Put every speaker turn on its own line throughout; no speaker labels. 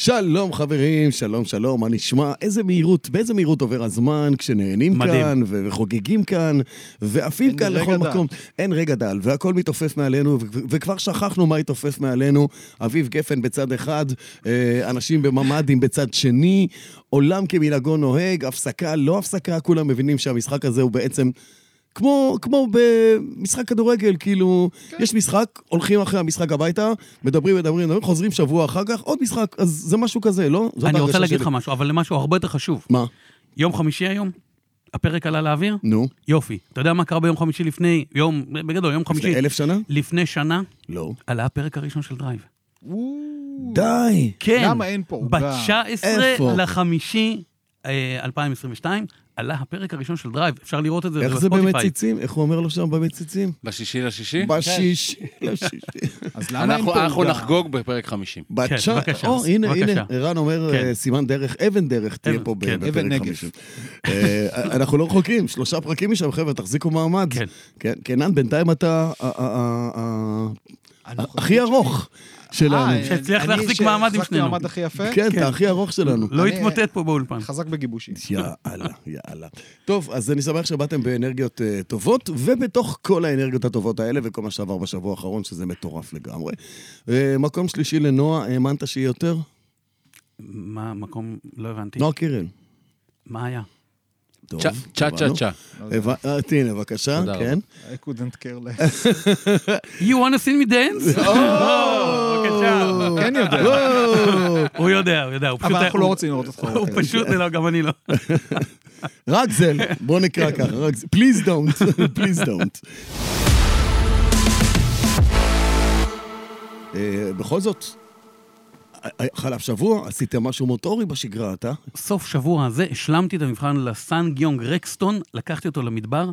שלום חברים, שלום שלום, מה נשמע? איזה מהירות, באיזה מהירות עובר הזמן כשנהנים
מדהים.
כאן ו- וחוגגים כאן ועפים
אין
כאן
רגע
לכל
דל.
מקום. אין רגע דל, והכל מתעופף מעלינו, ו- וכבר שכחנו מה התעופף מעלינו. אביב גפן בצד אחד, אה, אנשים בממ"דים בצד שני, עולם כמנהגו נוהג, הפסקה, לא הפסקה, כולם מבינים שהמשחק הזה הוא בעצם... כמו, כמו במשחק כדורגל, כאילו, כן. יש משחק, הולכים אחרי המשחק הביתה, מדברים, מדברים, מדברים, חוזרים שבוע אחר כך, עוד משחק, אז זה משהו כזה, לא? זאת
אני
ההרגשה
רוצה להגיד
שלי.
לך משהו, אבל משהו הרבה יותר חשוב.
מה?
יום חמישי היום, הפרק עלה לאוויר,
נו,
יופי. אתה יודע מה קרה ביום חמישי לפני, יום, בגדול, יום חמישי,
לפני אלף שנה?
לפני שנה,
לא.
עלה הפרק הראשון של דרייב.
די!
כן.
למה אין פה עוגה?
ב-19
איפה?
לחמישי אה, 2022, עלה הפרק הראשון של דרייב, אפשר לראות את זה
איך זה במציצים? איך הוא אומר לו שם במציצים?
בשישי לשישי?
בשיש,
כן.
לשיש.
אז למה אין
אנחנו
פה
אנחנו
עוגה?
נחגוג בפרק 50.
בצ'ה-
בבקשה,
או, הנה,
בבקשה.
הנה, ערן אומר
כן.
אה, סימן דרך, אבן דרך תהיה
אבן,
פה ב-
כן.
אבן
בפרק
נגף.
50. אה, אנחנו לא רחוקים, שלושה פרקים משם, חבר'ה, תחזיקו מעמד.
כן.
כן. קנן, בינתיים אתה אה, ה- ה- ה-
אה,
ה-
הנוכחות
הכי ארוך שלנו.
אה,
שהצליח
אני
להחזיק מעמד עם
שהחזקתי
שנינו.
מעמד הכי יפה,
כן, אתה הכי ארוך שלנו.
לא
אני-
התמוטט פה באולפן.
חזק בגיבושים.
יאללה, יאללה. טוב, אז אני שמח שבאתם באנרגיות אה, טובות, ובתוך כל האנרגיות הטובות האלה, וכל מה שעבר בשבוע האחרון, שזה מטורף לגמרי. אה, מקום שלישי לנועה, האמנת שיהיה יותר?
מה, מקום, לא הבנתי.
נועה קירל.
מה היה?
טוב,
צ'ה צ'ה צ'ה
הבנו.
צ'ה.
הבנ- אה, הנה, בבקשה,
תודה רבה.
כן.
I couldn't care less.
You want to see me dance? בבקשה.
כן יודע.
וואו,
הוא יודע, הוא יודע, הוא פשוט...
אבל אנחנו לא
הוא-
רוצים לראות אותך.
הוא
אוקיי.
פשוט, לא, גם אני לא.
רגזל, בוא נקרא ככה, רגזל. Please don't, please don't. אה, בכל זאת, אה, חלף שבוע, עשיתם משהו מוטורי בשגרה, אתה?
סוף שבוע הזה השלמתי את המבחן לסן גיונג רקסטון, לקחתי אותו למדבר.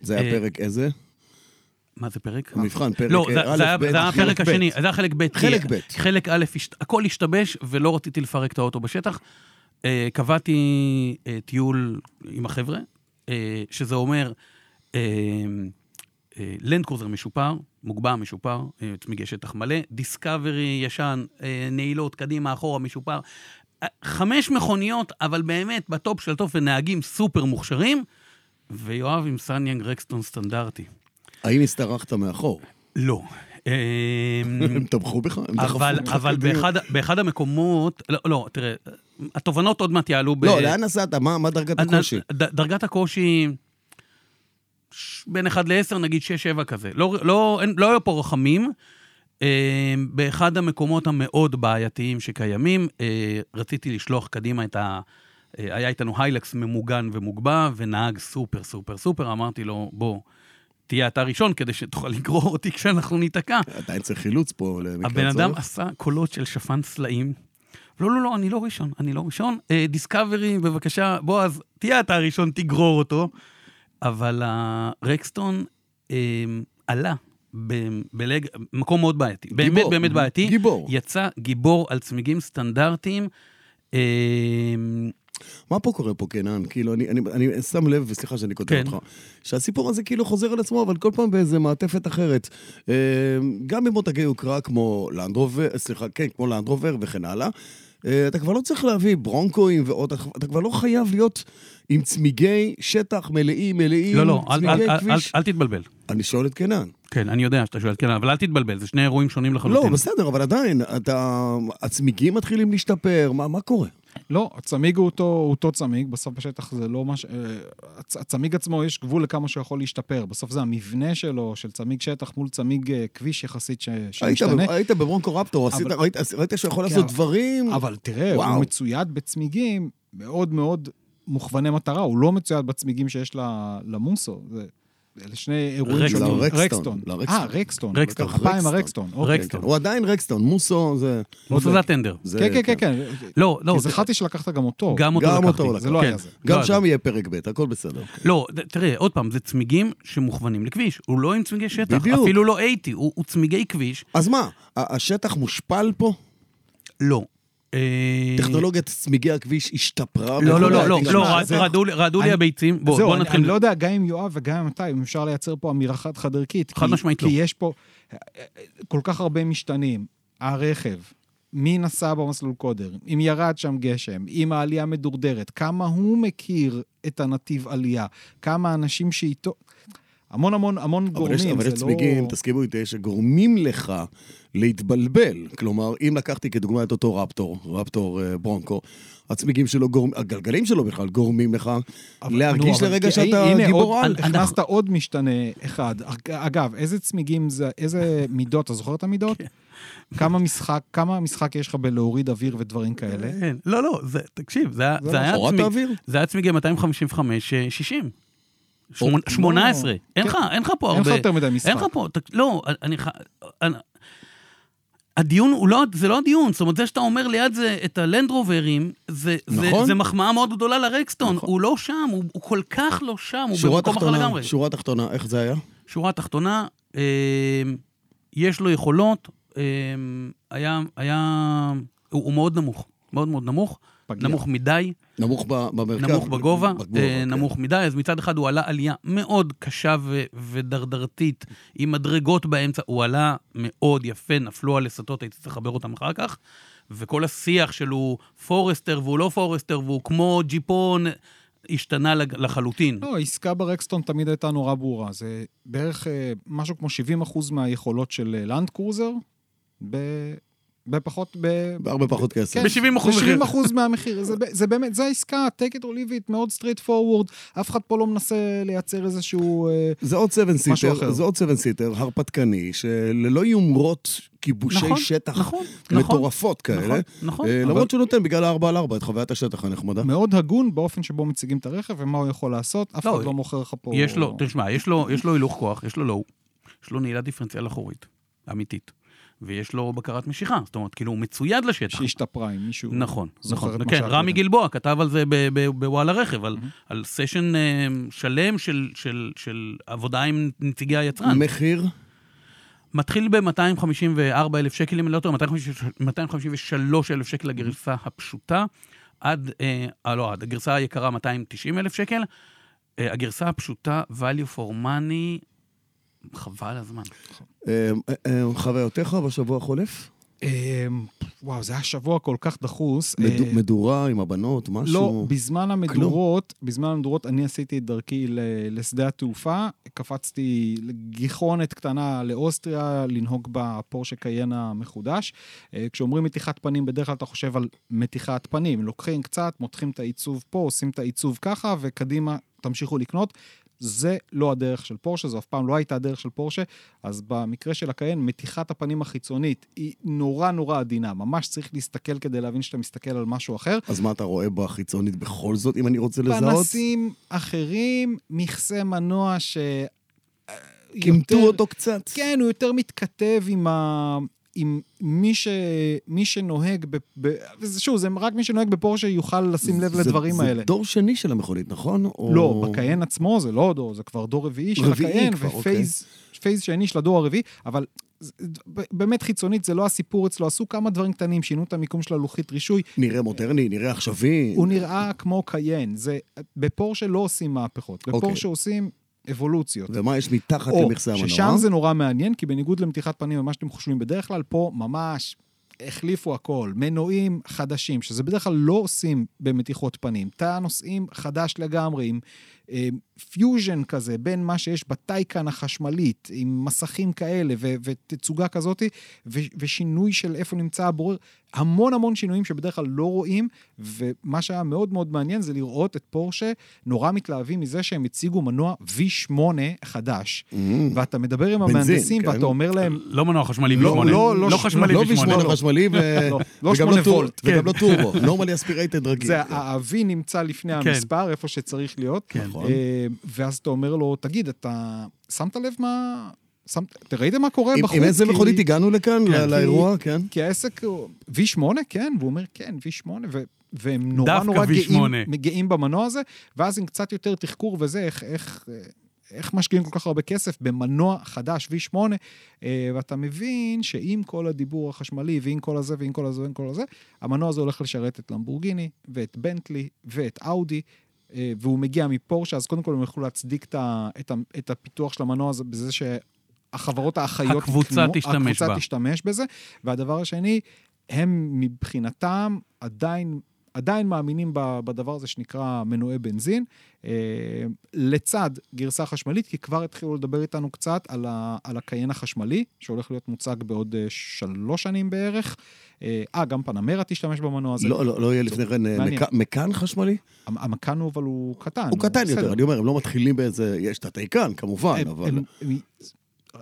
זה היה
אה,
פרק איזה?
מה זה פרק?
מבחן, פרק
לא,
אה,
זה-
א',
זה היה-
ב',
זה היה
חלק
הפרק
ב'.
השני, זה היה חלק ב'. כי
חלק ב'.
חלק א', השת- הכל השתבש ולא רציתי לפרק את האוטו בשטח. אה, קבעתי אה, טיול עם החבר'ה, אה, שזה אומר אה, אה, לנד קרוזר משופר, מוגבע משופר, אה, צמיגי שטח מלא, דיסקאברי ישן, אה, נעילות קדימה, אחורה משופר. אה, חמש מכוניות, אבל באמת בטופ של הטופ ונהגים סופר מוכשרים, ויואב עם סניאנג רקסטון סטנדרטי.
האם הסתרחת מאחור?
לא. אמ,
הם תמכו בך? הם דחפו
אבל,
אותך
אבל
קדימה?
באחד, באחד המקומות, לא, לא, תראה, התובנות עוד מעט יעלו ב...
לא, לאן נסעת? מה מה דרגת
אה, נ-
הקושי?
ד, דרגת הקושי, ש- בין 1 ל-10, נגיד 6-7 כזה. לא, לא, אין, לא היו פה רחמים. אה, באחד המקומות המאוד בעייתיים שקיימים, אה, רציתי לשלוח קדימה את ה... אה, היה איתנו היילקס ממוגן ומוגבע, ונהג סופר סופר סופר, אמרתי לו, בוא, תהיה אתה ראשון כדי שתוכל לגרור אותי כשאנחנו ניתקע.
עדיין צריך חילוץ פה למקרה
הבן אדם
הצורך.
עשה קולות של שפן סלעים. לא, לא, לא, אני לא ראשון, אני לא ראשון. אה, דיסקאברי, בבקשה, בועז, תהיה אתה הראשון, תגרור אותו. אבל הרקסטון אה, עלה ב- בלג, מקום מאוד בעייתי. גיבור, באמת,
גיבור,
באמת בעייתי.
גיבור.
יצא גיבור על צמיגים סטנדרטיים. אה,
מה פה קורה פה, קנן? כאילו, אני, אני, אני שם לב, וסליחה שאני כותב
כן.
אותך, שהסיפור הזה כאילו חוזר על עצמו, אבל כל פעם באיזה מעטפת אחרת. אה, גם במותגי יוקרה כמו לנדרובר, סליחה, כן, כמו לנדרובר וכן הלאה. אה, אתה כבר לא צריך להביא ברונקואים ועוד, אתה- אתה כבר לא חייב להיות עם צמיגי שטח מלאים, מלאים,
לא, לא, אל,
צמיגי
אל, אל, אל,
כביש.
אל תתבלבל.
אני שואל את קנן.
כן, אני יודע שאתה שואל, כן, אבל אל תתבלבל, זה שני אירועים שונים לחלוטין.
לא, בסדר, אבל עדיין, אתה, הצמיגים מתחילים להשתפר, מה, מה קורה?
לא, הצמיג הוא אותו, הוא אותו צמיג, בסוף בשטח זה לא מה ש... אה, הצ- הצמיג עצמו, יש גבול לכמה שהוא יכול להשתפר. בסוף זה המבנה שלו, של צמיג שטח מול צמיג אה, כביש יחסית ש...
היית,
שמשתנה.
ב- היית בברונקו רפטור,
אבל-
עשית, ראית, ראית שהוא יכול
כן,
לעשות
אבל-
דברים...
אבל תראה, וואו.
Mm. וואו.
הוא מצויד בצמיגים מאוד מאוד מוכווני מטרה, הוא לא מצויד בצמיגים שיש ל- למוסו. זה... אלה שני אירועים
רקסטון.
שונים.
לרקסטון,
רקסטון.
לרקסטון.
אה, רקסטון.
רקסטון.
הפעם
רקסטון.
הרקסטון. אוקיי.
כן,
רקסטון.
כן. הוא עדיין רקסטון, מוסו זה...
מוסו זה הטנדר.
זה-
כן, כן, כן, כן.
לא, לא.
כי
זה-
זכרתי שלקחת גם אותו.
גם אותו
גם
לקחתי.
אותו הוא
זה לא
כן.
היה זה.
גם
לא,
שם יהיה פרק ב', הכל בסדר.
לא, ד- תראה, עוד פעם, זה צמיגים שמוכוונים לכביש. הוא לא עם צמיגי שטח,
בדיוק.
אפילו לא 80, הוא, הוא צמיגי כביש.
אז מה, ה- השטח מושפל פה?
לא. אה,
טכנולוגיית צמיגי הכביש השתפרה?
לא, לא,
בכל
לא, לא,
העתיק
לא,
שלה?
רע-
זה-
רעדו לי- רעדו לי
אני-
הביצים. בוא,
זהו,
בוא
אני-
נתחיל.
אני לא יודע גם עם יואב וגם עם אתה, אם אפשר לייצר פה אמירה חד-חד ערכית.
חד
כי-
משמעית לא.
כי יש פה אה, אה, כל כך הרבה משתנים. הרכב, מי נסע במסלול קודר, אם ירד שם גשם, אם העלייה מדורדרת, כמה הוא מכיר את הנתיב עלייה, כמה אנשים שאיתו... המון המון המון
אבל
גורמים,
יש, אבל
זה
יש צמיגים,
לא...
תסכימו איתי, שגורמים לך להתבלבל. כלומר, אם לקחתי כדוגמה את אותו רפטור, רפטור אה, ברונקו, הצמיגים שלו, גורמ... הגלגלים שלו בכלל גורמים לך
אבל- נו,
להרגיש
אבל
לרגע
אה,
כי-
שאתה
הנה,
גיבור
עוד-
על.
אנחנו-
הכנסת עוד משתנה אחד. אגב, איזה צמיגים זה, איזה מידות, אתה זוכר את המידות?
כן.
כמה משחק, כמה משחק יש לך בלהוריד אוויר ודברים כאלה?
כן. לא, לא, זה- תקשיב, זה היה-
זה נכון.
זה היה
הורת
צמיג-
האוויר?
זה היה צמיגי 255, אה, 60. שמונה- 18. אין לך, אין לך פה
אוקיי. כן. אין לך
הרבה.
יותר מדי משחק.
אין לך פה, ת- לא, אני ח... אני- הדיון הוא לא, זה לא הדיון, זאת אומרת, זה שאתה אומר ליד זה את הלנדרוברים, זה,
נכון.
זה, זה מחמאה מאוד גדולה לרקסטון,
נכון.
הוא לא שם, הוא, הוא כל כך לא שם, הוא
שורה
במקום אחר
תחתונה,
לגמרי.
שורה תחתונה, איך זה היה?
שורה תחתונה, אה, יש לו יכולות, אה, היה, היה, הוא, הוא מאוד נמוך, מאוד מאוד נמוך,
פגיע.
נמוך מדי,
נמוך ב- במרכז.
נמוך בגובה, אה,
כן.
נמוך מדי, אז מצד אחד הוא עלה עלייה מאוד קשה ו- ודרדרתית, עם מדרגות באמצע, הוא עלה מאוד יפה, נפלו על הסטות, הייתי צריך לחבר אותם אחר כך, וכל השיח שלו, פורסטר והוא לא פורסטר, והוא כמו ג'יפון, השתנה לג- לחלוטין.
לא, העסקה ברקסטון תמיד הייתה נורא ברורה. זה בערך אה, משהו כמו 70 אחוז מהיכולות של אה, לנד קרוזר, ב... בפחות, ב...
בהרבה פחות כסף.
כן,
ב-70% מחיר.
ב-70 אחוז מהמחיר. זה, ב- זה באמת, זה העסקה, take it or leave it, מאוד straight forward. אף אחד פה לא מנסה לייצר איזשהו... אה,
זה עוד 7
משהו
סיטר,
אחר.
זה עוד 7 סיטר הרפתקני, שללא יומרות כיבושי
נכון,
שטח
נכון,
מטורפות
נכון,
כאלה.
נכון.
אה,
אבל-
למרות שהוא נותן בגלל ה-4 על 4 את חוויית השטח
אה.
הנחמדה.
מאוד הגון באופן שבו מציגים את הרכב ומה הוא יכול לעשות. אף
לא,
אחד לא מוכר לך פה...
יש לו, תשמע, יש לו, יש לו הילוך כוח, יש לו לואו, יש לו נעילה דיפרנציאל אחורית, אמיתית, ויש לו בקרת משיכה, זאת אומרת, כאילו, הוא מצויד לשטח.
שהשתפרה עם מישהו.
נכון,
זוכר את
נכון.
מה
כן,
שהיה
רמי
קודם.
גלבוע כתב על זה ב- ב- בוואלה רכב, על- על סשן אה, שלם של- של- של עבודה עם נציגי היצרן.
מחיר?
מתחיל ב-254 אלף שקל, אם אני לא טועה, 253 אלף שקל לגרסה הפשוטה, עד, אה, אה, לא, עד הגרסה היקרה 290 אלף שקל. אה, הגרסה הפשוטה, value for money, חבל הזמן.
אה, אה, אה, חוויותיך בשבוע החולף?
אה, וואו, זה היה שבוע כל כך דחוס.
מדו-
אה,
מדורה עם הבנות, משהו?
לא, בזמן המדורות, בזמן המדורות אני עשיתי את דרכי ל- לשדה התעופה, קפצתי גיחונת קטנה לאוסטריה, לנהוג בפורשה קיינה מחודש. אה, כשאומרים מתיחת פנים, בדרך כלל אתה חושב על מתיחת פנים. לוקחים קצת, מותחים את העיצוב פה, עושים את העיצוב ככה, וקדימה, תמשיכו לקנות. זה לא הדרך של פורשה, זו אף פעם לא הייתה הדרך של פורשה. אז במקרה של הקיין, מתיחת הפנים החיצונית היא נורא נורא עדינה. ממש צריך להסתכל כדי להבין שאתה מסתכל על משהו אחר.
אז מה אתה רואה בחיצונית בכל זאת, אם אני רוצה לזהות?
פנסים אחרים, מכסה מנוע ש...
כימתו
יותר-
אותו קצת.
כן, הוא יותר מתכתב עם ה... עם מי, ש... מי שנוהג, ב... ב... וזה- שוב, זה רק מי שנוהג בפורשה יוכל לשים לב
זה-
לדברים
זה
האלה.
דור שני של המכונית, נכון? או-
לא, בקיין עצמו זה לא דור, זה כבר דור רביעי של
רביעי
הקיין,
כבר, אוקיי.
ופייז פייז שני של הדור הרביעי, אבל זה- ב- באמת חיצונית זה לא הסיפור אצלו, עשו כמה דברים קטנים, שינו את המיקום של הלוחית רישוי,
נראה מודרני, נראה עכשווי.
הוא נראה כמו קיין, זה... בפורשה לא עושים מהפכות,
אוקיי.
בפורשה עושים אבולוציות.
ומה יש מתחת
או,
למכסה המנוע?
ששם זה נורא מעניין, כי בניגוד למתיחת פנים ומה שאתם חושבים בדרך כלל, פה ממש החליפו הכל. מנועים חדשים, שזה בדרך כלל לא עושים במתיחות פנים. תא נוסעים חדש לגמרי, עם אה, פיוז'ן כזה, בין מה שיש בטייקן החשמלית, עם מסכים כאלה ו- ותצוגה כזאת, ו- ושינוי של איפה נמצא הבורר. המון המון שינויים שבדרך כלל לא רואים, ומה שהיה מאוד מאוד מעניין זה לראות את פורשה נורא מתלהבים מזה שהם הציגו מנוע V8 חדש.
Mm.
ואתה מדבר עם
בנזין,
המהנדסים,
כן.
ואתה אומר להם,
לא מנוע חשמלי
לא,
בשמונה.
לא, לא
לא
ש-
חשמלי
לא
בשמונה.
בשמונה חשמלי ו-
לא, לא
וגם
שמונה
טור-
וולט,
וגם לא טורבו, נורמלי אספירייטד רגיל.
זה ה-V נמצא לפני
כן.
המספר, איפה שצריך להיות.
כן.
נכון.
אה, ואז אתה אומר לו, תגיד, אתה שמת לב מה... שמת- אתה ראיתם מה קורה
עם-
בחוץ?
עם איזה
כי-
מכונית הגענו לכאן,
כן,
לא-
כי-
לאירוע, כן?
כי העסק הוא... V8, כן? והוא אומר, כן, V8, ו... והם נורא
דווקא
נורא גאים,
V8.
גאים במנוע הזה, ואז עם קצת יותר תחקור וזה, איך, איך, איך משקיעים כל כך הרבה כסף במנוע חדש, V8, אה, ואתה מבין שעם כל הדיבור החשמלי, ועם כל הזה, ועם כל הזה, ועם כל הזה, המנוע הזה הולך לשרת את למבורגיני, ואת בנטלי, ואת אאודי, אה, והוא מגיע מפורשה, אז קודם כל הם יוכלו להצדיק את, ה, את, ה, את הפיתוח של המנוע הזה בזה שהחברות האחיות...
הקבוצה
יקנו-
תשתמש
הקבוצה
בה.
תשתמש בזה. והדבר השני, הם מבחינתם עדיין, עדיין מאמינים ב- בדבר הזה שנקרא מנועי בנזין, אה, לצד גרסה חשמלית, כי כבר התחילו לדבר איתנו קצת על, ה, על הקיין החשמלי, שהולך להיות מוצג בעוד אה, שלוש שנים בערך. אה, אה, גם פנמרה תשתמש במנוע הזה.
לא, לא, לא יהיה לפני כן אה,
מעניין.
מק- מקן חשמלי?
המ- המכ"ן הוא אבל הוא קטן.
הוא קטן יותר,
בסדר.
אני אומר, הם לא מתחילים באיזה... יש את התיקן, כמובן,
הם-
אבל...
הם- הם-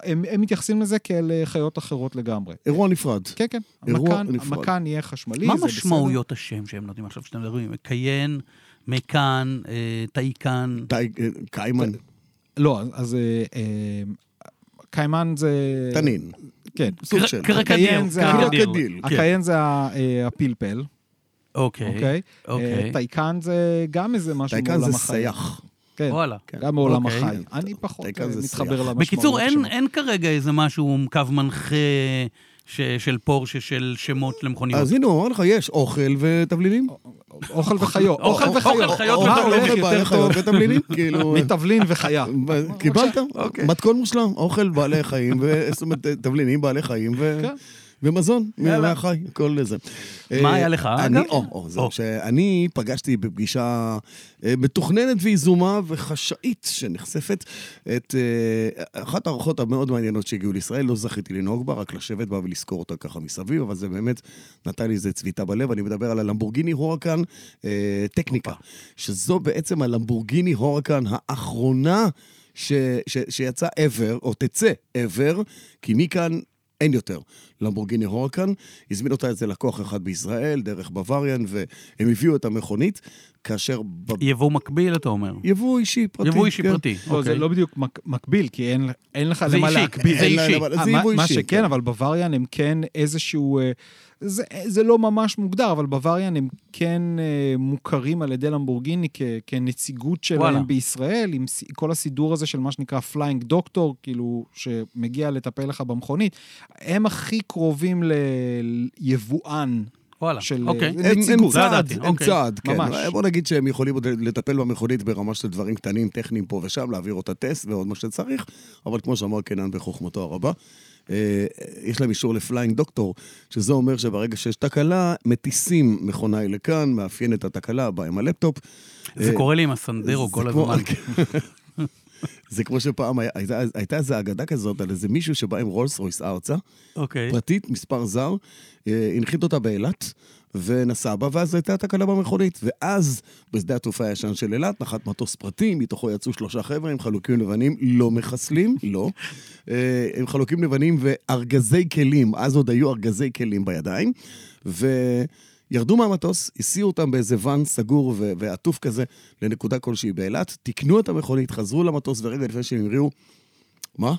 הם הם מתייחסים לזה כאל אה, חיות אחרות לגמרי.
אירוע נפרד.
כן, כן.
אירוע
המכ"ן-
נפרד.
המכ"ן יהיה חשמלי,
מה
זה בסדר.
משמעויות השם שהם נותנים עכשיו שאתם מדברים? קיין, מקאן, אה, תאיקן.
די, אה, קיימן,
לא, אז- אז אה, אה, קיימן זה...
תנין,
כן.
סוג
קר-
של...
קרקדיר.
הקיין זה ה-
קרקדיר.
קרקדיל.
כן.
הקיין זה ה- אה, הפלפל,
אוקיי.
אוקיי? אה,
אוקיי.
טייקן זה גם איזה משהו
טייקן
מעולם
זה
החי.
סייח.
כן,
וואלה.
גם מעולם
אוקיי.
החי. אני פחות
טייקן
אה,
זה
מתחבר
שיח.
למשמעות.
בקיצור, אין,
שלו.
אין כרגע איזה משהו, קו מנחה ש, של פורשה, של שמות
כן.
למכוניות.
אז הנה, הוא אומר לך, יש אוכל ותבלינים.
אוכל וחיות.
אוכל-
אוכל וחיות.
אוכל חיות
מה
ותבלינים.
הולך
בעלי
יותר
חיות
טוב
ותבלינים, כאילו...
מתבלין וחיה. לא,
קיבלת, מתכון מושלם, אוכל בעלי חיים, ו- זאת אומרת, תבלינים בעלי חיים ו-
כן.
ומזון
יאללה.
מהחי, כל זה.
מה
אה,
היה לך,
אני-
אגב?
או, או, זהו,
או.
שאני פגשתי בפגישה אה, מתוכננת ויזומה וחשאית שנחשפת את אה, אחת הארוחות המאוד מעניינות שהגיעו לישראל, לא זכיתי לנהוג בה, רק לשבת בה ולזכור אותה ככה מסביב, אבל זה באמת נתן לי איזה צביטה בלב, אני מדבר על הלמבורגיני הורקן אה, טכניקה, שזו בעצם הלמבורגיני הורקן האחרונה ש, ש, שיצא ever, או תצא ever, כי מכאן אין יותר. למבורגיני הורקן, הזמין אותה איזה לקוח אחד בישראל, דרך בווריאן, והם הביאו את המכונית, כאשר... ב...
יבוא מקביל, אתה אומר.
יבוא אישי פרטי.
יבוא אישי
כן.
פרטי.
לא, זה
אוקיי.
לא בדיוק מק- מקביל, כי אין- אין לך
זה
למה
אישי,
להקביל.
זה
אין להם
אישי.
אבל
אה,
זה
מה-
יבוא
מה
אישי. כן.
שכן, אבל בוואריאן הם כן איזשהו... אה, זה, זה לא ממש מוגדר, אבל בוואריאן הם כן אה, מוכרים על ידי למבורגיני כ, כנציגות שלהם
וואלה.
וואלה. בישראל, עם ס- כל הסידור הזה של מה שנקרא פליינג דוקטור, כאילו, שמגיע לטפל לך במכונית. הם הכי קרובים ליבואן
וואלה,
של...
אוקיי.
זה
הם, הם
נציגות.
זה
צעד,
ידעתי,
הם
אוקיי.
צעד, כן.
ממש.
בוא נגיד שהם יכולים עוד לטפל במכונית ברמה של דברים קטנים, טכניים פה ושם, להעביר אותה טסט ועוד מה שצריך, אבל כמו שאמר קנן בחוכמתו הרבה, אה, יש להם אישור לפליינג דוקטור, שזה אומר שברגע שיש תקלה, מטיסים מכונה לכאן, מאפיין את התקלה, בא עם הלפטופ.
זה
אה,
קורה לי עם הסנדרו
זה
כל
כמו-
כן.
הזמן.
זה כמו שפעם היה- הייתה- הייתה איזו אגדה כזאת על איזה מישהו שבא עם רולס רויס ארצה,
אוקיי.
פרטית, מספר זר, אה, הנחית אותה באילת, ונסע בה, ואז הייתה תקלה במכונית. ואז, בשדה התעופה הישן של אילת, נחת מטוס פרטי, מתוכו יצאו שלושה חבר'ה עם חלוקים לבנים, לא מחסלים, לא. אה, עם חלוקים לבנים וארגזי כלים, אז עוד היו ארגזי כלים בידיים. וירדו מהמטוס, הסיעו אותם באיזה ואן סגור ו- ועטוף כזה לנקודה כלשהי באילת, תיקנו את המכונית, חזרו למטוס, ורגע לפני שהם המריאו, מה?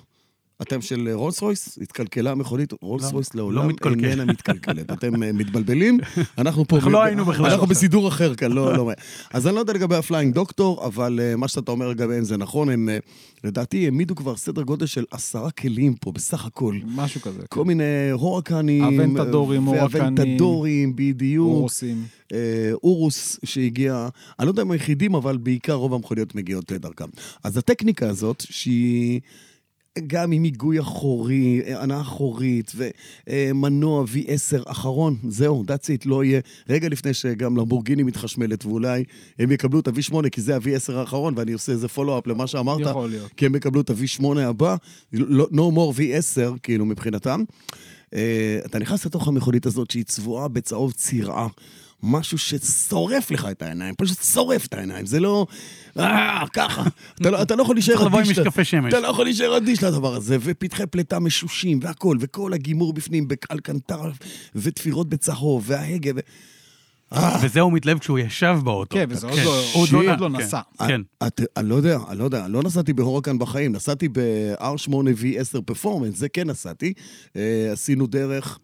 אתם של אה, רולס רויס? התקלקלה המכונית, רולס
לא,
רויס
לא
לעולם
מתקלקל.
איננה מתקלקלת. אתם אה, מתבלבלים, אנחנו פה...
אנחנו לא היינו בכלל.
אנחנו בסידור אחר כאן, לא, לא. אז אני לא יודע לגבי הפליינג דוקטור, אבל אה, מה שאתה אומר לגביהם זה נכון, הם אה, לדעתי העמידו כבר סדר גודל של עשרה כלים פה בסך הכל.
משהו כזה. כאילו,
כל מיני הורקנים, אה,
אבנטדורים, הורקנים.
ואבנטדורים, בדיוק,
אורוסים.
אה, אורוס שהגיע, אני לא יודע אם היחידים, אבל בעיקר רוב המכוניות מגיעות דרכם. אז הטכניקה הזאת, שהיא גם עם היגוי אחורי, אה, הנעה אחורית, ומנוע V10 אחרון, זהו, that's it, לא יהיה. רגע לפני שגם למבורגיני מתחשמלת, ואולי הם יקבלו את ה-V8, כי זה ה-V10 האחרון, ואני עושה איזה follow-up למה שאמרת.
יכול להיות.
כי הם יקבלו את ה-V8 הבא, לא- no more V10, כאילו, מבחינתם. אה, אתה נכנס לתוך המכונית הזאת שהיא צבועה בצהוב צירעה. משהו ששורף לך את העיניים, פשוט שורף את העיניים, זה לא... אה, ככה. אתה לא- אתה לא יכול
צריך
להישאר
לבוא עם
אדיש. ל-
משקפי שמש.
אתה לא יכול להישאר אדיש לדבר הזה, ופתחי פליטה משושים והכל, וכל הגימור בפנים באלקנטר, ותפירות בצהוב, וההגה, ו... אה,
וזה הוא מתלהב כשהוא ישב באוטו.
כן, וזה עוד
כן.
לא-
עוד
עוד
נע-
לא
כן.
נסע.
כן.
את, אני לא יודע, אני לא יודע, לא נסעתי בהורקן בחיים, נסעתי ב-R8 V10 פרפורמנס, זה כן נסעתי. אה, עשינו דרך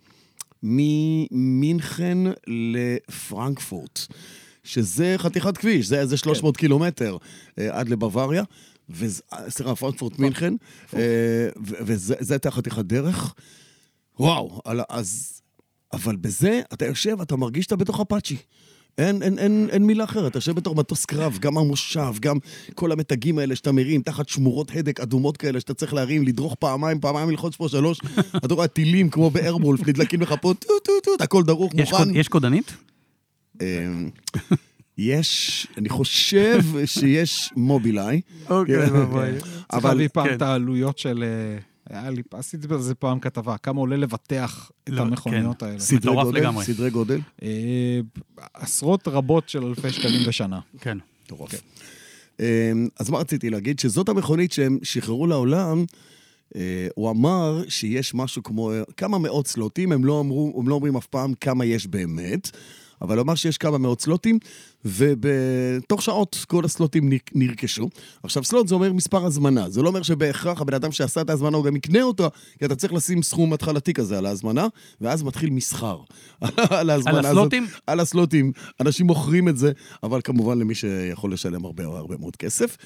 ממינכן לפרנקפורט, שזה חתיכת כביש, זה איזה 300 קילומטר אה, עד לבוואריה. וזה- אה, סליחה, פרנקפורט מינכן, אה, ו- וזה זה הייתה חתיכת דרך. וואו, על, ה- אז... אבל בזה, אתה יושב, אתה מרגיש שאתה בתוך אפאצ'י. אין, אין, אין, אין מילה אחרת, אתה יושב בתור מטוס קרב, גם המושב, גם כל המתגים האלה שאתה מרים, תחת שמורות הדק אדומות כאלה שאתה צריך להרים, לדרוך פעמיים, פעמיים ללחוץ פה שלוש, אתה רואה טילים כמו בארבולף, נדלקים לך פה טו טו טו, הכל דרוך,
אה,
יש
מוכן.
קוד- יש קודנית?
אמ, יש, אני חושב שיש מובילאיי.
אוקיי,
ואבוי.
צריך
אבל-
להביא פעם
כן.
את העלויות של... אה, היה לי, עשיתי על זה פעם כתבה, כמה עולה לבטח את
לא,
המכוניות האלה.
סדרי
מטורף
גודל,
לגמרי.
סדרי גודל.
אה, עשרות רבות של אלפי שקלים בשנה.
כן.
מטורף. אמ, אז מה רציתי להגיד? שזאת המכונית שהם שחררו לעולם. אה, הוא אמר שיש משהו כמו אה, כמה מאות סלוטים, הם לא, אמרו, הם לא אומרים אף פעם כמה יש באמת, אבל הוא אמר שיש כמה מאות סלוטים, ובתוך שעות כל הסלוטים נק- נרכשו. עכשיו, סלוט זה אומר מספר הזמנה, זה לא אומר שבהכרח הבן אדם שעשה את ההזמנה הוא גם יקנה אותה, כי אתה צריך לשים סכום התחלתי כזה על ההזמנה, ואז מתחיל מסחר על ההזמנה הזאת.
הסלוטים?
על הסלוטים, אנשים מוכרים את זה, אבל כמובן למי שיכול לשלם הרבה הרבה מאוד כסף.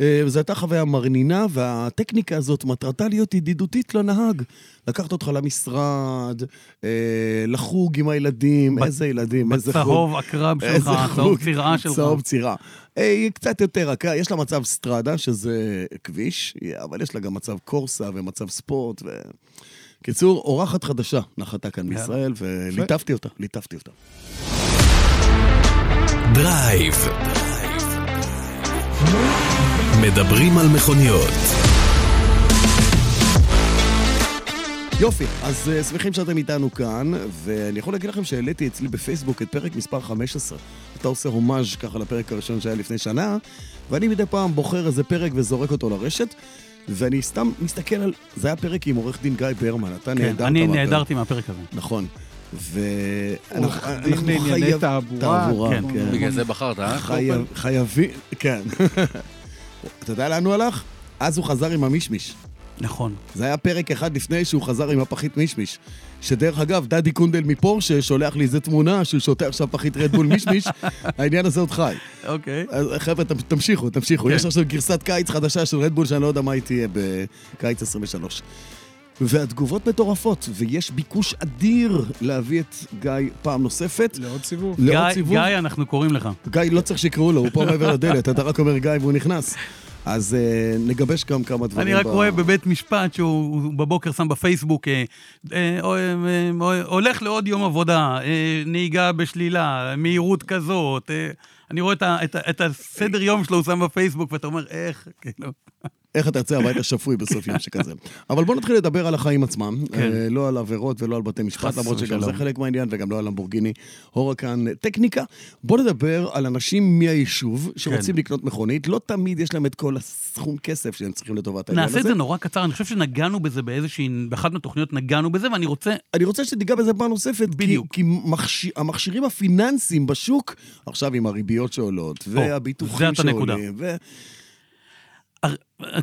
אה, זו הייתה חוויה מרנינה, והטכניקה הזאת מטרתה להיות ידידותית לנהג. לקחת אותך למשרד, אה, לחוג עם הילדים,
בת-
איזה ילדים, איזה חוג.
בצהוב הקרב שלך, הצהוב צירעה שלך.
צהוב צירה. אה, היא קצת יותר רכה, יש לה מצב סטרדה, שזה כביש, אבל יש לה גם מצב קורסה ומצב ספורט. ו... קיצור, אורחת חדשה נחתה כאן בישראל, וליטפתי אותה, ליטפתי אותה.
דרייב. מדברים על מכוניות.
יופי, אז אה, שמחים שאתם איתנו כאן, ואני יכול להגיד לכם שהעליתי אצלי בפייסבוק את פרק מספר 15. אתה עושה הומאז' ככה לפרק הראשון שהיה לפני שנה, ואני מדי פעם בוחר איזה פרק וזורק אותו לרשת, ואני סתם מסתכל על... זה היה פרק עם עורך דין גיא ברמן, אתה
כן,
נעדרת.
אני
מהפרק.
נעדרתי מהפרק הזה.
נכון.
עורך
ואנחנו
דין לענייני
חייב-
תעבורה.
תעבורה,
כן.
כן.
בגלל זה בחרת, אה?
חייב- חייבים, כן. אתה יודע לאן הוא הלך? אז הוא חזר עם המישמיש.
נכון.
זה היה פרק אחד לפני שהוא חזר עם הפחית מישמיש. שדרך אגב, דדי קונדל מפורשה שולח לי איזה תמונה שהוא שותה עכשיו פחית רדבול מישמיש, העניין הזה עוד חי.
אוקיי.
אז חבר'ה, ת- תמשיכו, תמשיכו.
כן.
יש עכשיו גרסת קיץ חדשה של רדבול שאני לא יודע מה היא תהיה בקיץ 23. והתגובות מטורפות, ויש ביקוש אדיר להביא את גיא פעם נוספת.
לעוד סיבוב.
לעוד
גיא-
סיבוב.
גיא, אנחנו קוראים לך.
גיא, לא צריך שיקראו לו, הוא פה מעבר לדלת, אתה רק אומר גיא והוא נכנס. אז אה, נגבש גם כמה דברים.
אני רק
ב-
רואה בבית משפט שהוא הוא בבוקר שם בפייסבוק, אה, אה, אה, אה, אה, הולך לעוד יום עבודה, אה, נהיגה בשלילה, מהירות כזאת. אה, אני רואה את ה- את ה- את הסדר יום שלו הוא שם בפייסבוק, ואתה אומר, איך, כאילו.
איך אתה יוצא הביתה שפוי בסוף יום שכזה. אבל בואו נתחיל לדבר על החיים עצמם.
כן.
אה, לא על עבירות ולא על בתי משפט,
חס
למרות שגם
ושלום.
זה חלק מהעניין, וגם לא על למבורגיני הורקן אה, טכניקה. בואו נדבר על אנשים מהיישוב
כן.
שרוצים לקנות מכונית, לא תמיד יש להם את כל הסכום כסף שהם צריכים לטובת העניין הזה.
נעשה את זה נורא קצר, אני חושב שנגענו בזה באיזושהי, באחת מהתוכניות נגענו בזה, ואני רוצה...
אני רוצה שתיגע בזה פעם נוספת, כי-
בדיוק.
כי מכשי- המכשירים הפיננסיים בשוק, עכשיו עם הריביות שעולות, והביטוחים
זאת הנקודה.
שעולים, ו-
הר-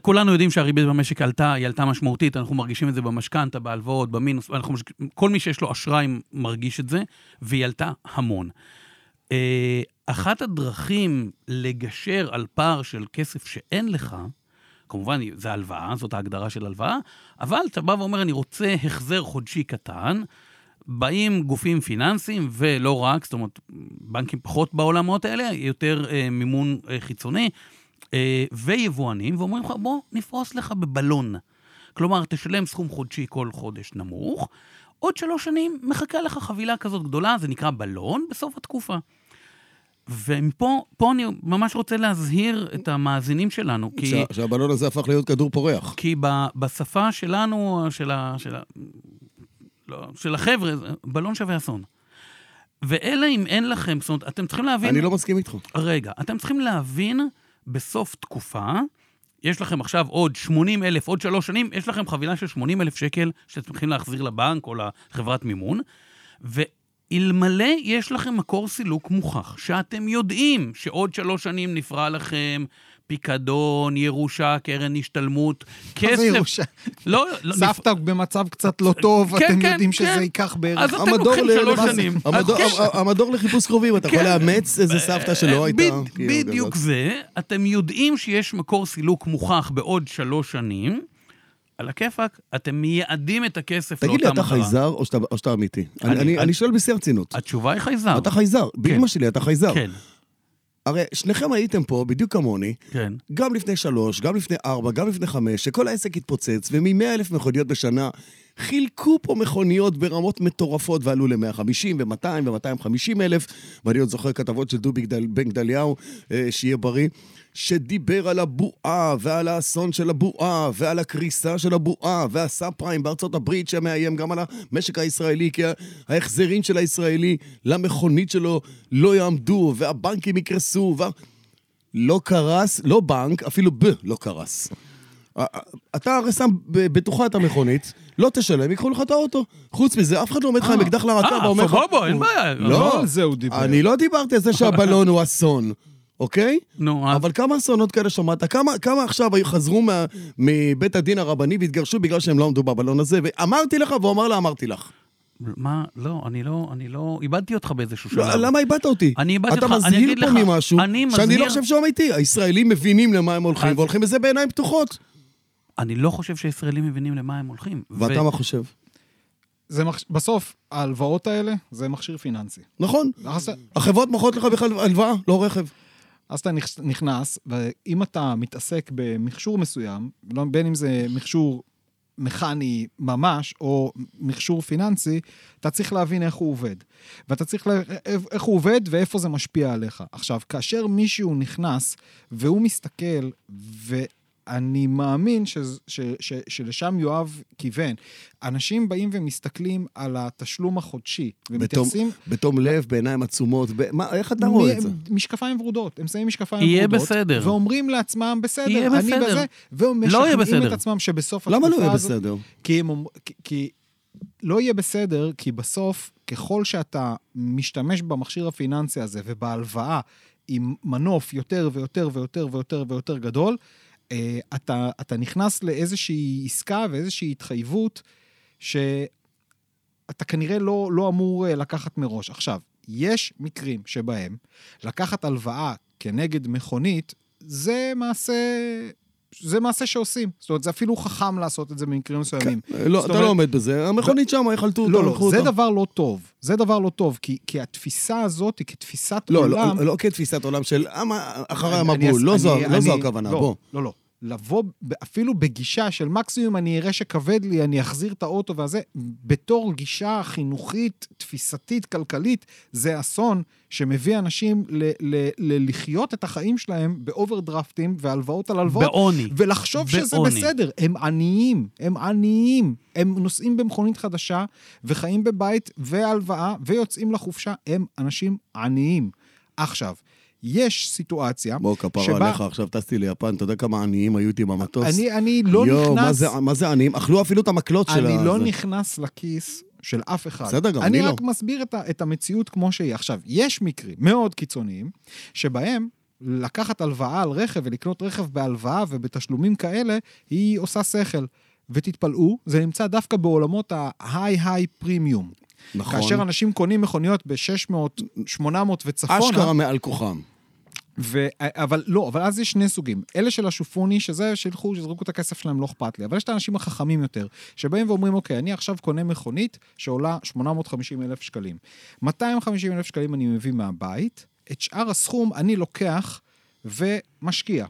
כולנו יודעים שהריבית במשק עלתה, היא עלתה משמעותית, אנחנו מרגישים את זה במשכנתה, בהלוואות, במינוס, אנחנו, משק- כל מי שיש לו אשראי מרגיש את זה, והיא עלתה המון. אה, אחת הדרכים לגשר על פער של כסף שאין לך, כמובן, זה הלוואה, זאת ההגדרה של הלוואה, אבל אתה בא ואומר, אני רוצה החזר חודשי קטן. באים גופים פיננסיים, ולא רק, זאת אומרת, בנקים פחות בעולמות האלה, יותר אה, מימון אה, חיצוני, אה, ויבואנים, ואומרים לך, בוא נפרוס לך בבלון. כלומר, תשלם סכום חודשי כל חודש נמוך, עוד שלוש שנים מחכה לך חבילה כזאת גדולה, זה נקרא בלון, בסוף התקופה. ומפה פה אני ממש רוצה להזהיר את המאזינים שלנו, כי...
שה- שהבלון הזה הפך להיות כדור פורח.
כי ב, בשפה שלנו, של, ה, של, ה, לא, של החבר'ה, זה- בלון שווה אסון. ואלה אם אין לכם, זאת אומרת, אתם צריכים להבין...
אני לא מסכים איתך.
רגע, אתם צריכים להבין בסוף תקופה, יש לכם עכשיו עוד 80 אלף, עוד שלוש שנים, יש לכם חבילה של 80 אלף שקל שאתם צריכים להחזיר לבנק או לחברת מימון, ואלמלא יש לכם מקור סילוק מוכח, שאתם יודעים שעוד שלוש שנים נפרע לכם פיקדון, ירושה, קרן השתלמות, כסף...
מה זה ירושה?
לא, לא, נפ-
סבתא במצב קצת לא טוב,
כן,
אתם
כן,
יודעים שזה
כן.
ייקח
אז
בערך...
אתם לוקחים
ל-
שלוש
למס-
שנים.
המדור-
אז כן.
ה- המדור לחיפוש קרובים, אתה יכול
כן. אה,
לאמץ איזה סבתא אה, שלא הייתה.
בד-
כאילו,
בדיוק
גם-
זה, אתם יודעים שיש מקור סילוק מוכח בעוד שלוש שנים, על הכיפאק, אתם מייעדים את הכסף לאותה
תגיד לי, אתה
מטרה.
חייזר או שאתה- או שאתה אמיתי? לא אני-
אני-
אני
אני-
אני שואל בשיא הרצינות.
התשובה היא חייזר.
אתה חייזר, באמא שלי אתה חייזר.
כן,
הרי שניכם הייתם פה, בדיוק כמוני,
כן.
גם לפני שלוש, גם לפני ארבע, גם לפני חמש, שכל העסק התפוצץ, ומ-100 אלף מכוניות בשנה חילקו פה מכוניות ברמות מטורפות ועלו ל-150 ו-200 ו-250 אלף, ואני עוד זוכר כתבות של דובי גדל- בן גדליהו, אה, שיהיה בריא, שדיבר על הבועה ועל האסון של הבועה ועל הקריסה של הבועה והסאב פריים בארצות הברית שמאיים גם על המשק הישראלי, כי ההחזרים של הישראלי למכונית שלו לא יעמדו, והבנקים יקרסו, וה... לא קרס, לא בנק, אפילו ב לא קרס. אה, אה, אתה הרי שם ב- בטוחה את המכונית, לא תשלם, ייקחו לך את האוטו. חוץ מזה, אף אחד לא עומד לך עם אקדח לרקה
אה,
ואומר לך...
סבבה, אין בעיה.
לא על זה הוא דיבר.
אני לא דיברתי על זה שהבלון הוא אסון, אוקיי?
נו, אז
אבל כמה אסונות כאלה שמעת? כמה, כמה עכשיו היו- חזרו מה, מבית הדין הרבני והתגרשו בגלל שהם לא עמדו בבלון הזה? ואמרתי לך, והוא אמר לה, אמרתי לך.
מה, לא, אני לא, אני לא, איבדתי אותך באיזשהו שלב.
לא, למה איבדת אותי?
אני איבדתי
אתה
אותך, אני
מזהיר
אגיד
פה
לך,
ממשהו
אני
שאני לא
מזהיר-
חושב שהוא אמיתי. הישראלים מבינים למה הם הולכים,
אז-
והולכים לזה בעיניים פתוחות.
אני לא חושב שישראלים מבינים למה הם הולכים. ו-
ואתה מה חושב?
זה מכשי- בסוף, ההלוואות האלה זה מכשיר פיננסי.
נכון.
אז-
החברות מוכרות לך בכלל הלוואה, לא רכב.
אז אתה נכ- נכנס, ואם אתה מתעסק במכשור מסוים, לא- בין אם זה מכשור מכני ממש, או מכשור פיננסי, אתה צריך להבין איך הוא עובד. ואתה צריך ל... איך הוא עובד ואיפה זה משפיע עליך. עכשיו, כאשר מישהו נכנס, והוא מסתכל, ואני מאמין ש... ש... ש... שלשם יואב כיוון, אנשים באים ומסתכלים על התשלום החודשי, ומתייחסים...
בתום לב, בעיניים עצומות, ב- מה- איך אתה רואה את זה?
מ- משקפיים ורודות, הם שמים משקפיים
יהיה
ורודות.
בסדר.
ואומרים לעצמם, בסדר,
יהיה
אני
בסדר.
בזה, והם
לא יהיה
משכנעים את
בסדר.
עצמם שבסוף
למה לא יהיה
הזאת-
בסדר?
כי, הם, אומ- כי, כי לא יהיה בסדר, כי בסוף, ככל שאתה משתמש במכשיר הפיננסי הזה ובהלוואה עם מנוף יותר ויותר ויותר ויותר ויותר גדול, אה, אתה, אתה נכנס לאיזושהי עסקה ואיזושהי התחייבות שאתה כנראה לא, לא אמור אה, לקחת מראש. עכשיו, יש מקרים שבהם לקחת הלוואה כנגד מכונית, זה מעשה... זה מעשה שעושים. זאת אומרת, זה אפילו חכם לעשות את זה במקרים מסוימים.
לא,
זאת
אתה לא
אומרת-
עומד בזה, המכונית שם, יחלטו אותה,
לא, לא,
לקחו אותה.
זה דבר לא טוב. זה דבר לא טוב, כי, כי התפיסה הזאת, היא כתפיסת
לא,
עולם...
לא, לא כתפיסת עולם של "אה, "אמה, אחרי
אני-
המבול,
אני-
לא זו-
אני-
לא זו
אני-
הכוונה,
לא,
בוא.
לא, לא. לבוא ב- אפילו בגישה של מקסימום אני אראה שכבד לי, אני אחזיר את האוטו והזה, בתור גישה חינוכית, תפיסתית, כלכלית, זה אסון שמביא אנשים ל- ל- ללחיות את החיים שלהם באוברדרפטים והלוואות על הלוואות.
בעוני.
ולחשוב שזה
בעוני.
בסדר. הם עניים, הם עניים. הם נוסעים במכונית חדשה, וחיים בבית והלוואה, ויוצאים לחופשה. הם אנשים עניים. עכשיו, יש סיטואציה
בוא, כפרה
שבה...
עליך, עכשיו טסתי ליפן, אתה יודע כמה עניים היו איתי במטוס?
אני, אני לא
יואו, מה
נכנס...
זה- מה זה עניים? אכלו אפילו את המקלות של
אני לא
הזה.
נכנס לכיס של אף אחד.
בסדר, גם
אני
אני לא.
רק מסביר את, ה- את המציאות כמו שהיא. עכשיו, יש מקרים מאוד קיצוניים, שבהם לקחת הלוואה על רכב ולקנות רכב בהלוואה ובתשלומים כאלה, היא עושה שכל. ותתפלאו, זה נמצא דווקא בעולמות ההיי-היי פרימיום.
נכון.
כאשר אנשים קונים מכוניות ב-600, 800 וצפונה.
אשכרה מעל כוחם.
ו... אבל לא, אבל אז יש שני סוגים. אלה של השופוני, שזה שילכו, שיזרקו את הכסף שלהם, לא אכפת לי. אבל יש את האנשים החכמים יותר, שבאים ואומרים, אוקיי, אני עכשיו קונה מכונית שעולה 850 אלף שקלים. 250 אלף שקלים אני מביא מהבית, את שאר הסכום אני לוקח ומשקיע.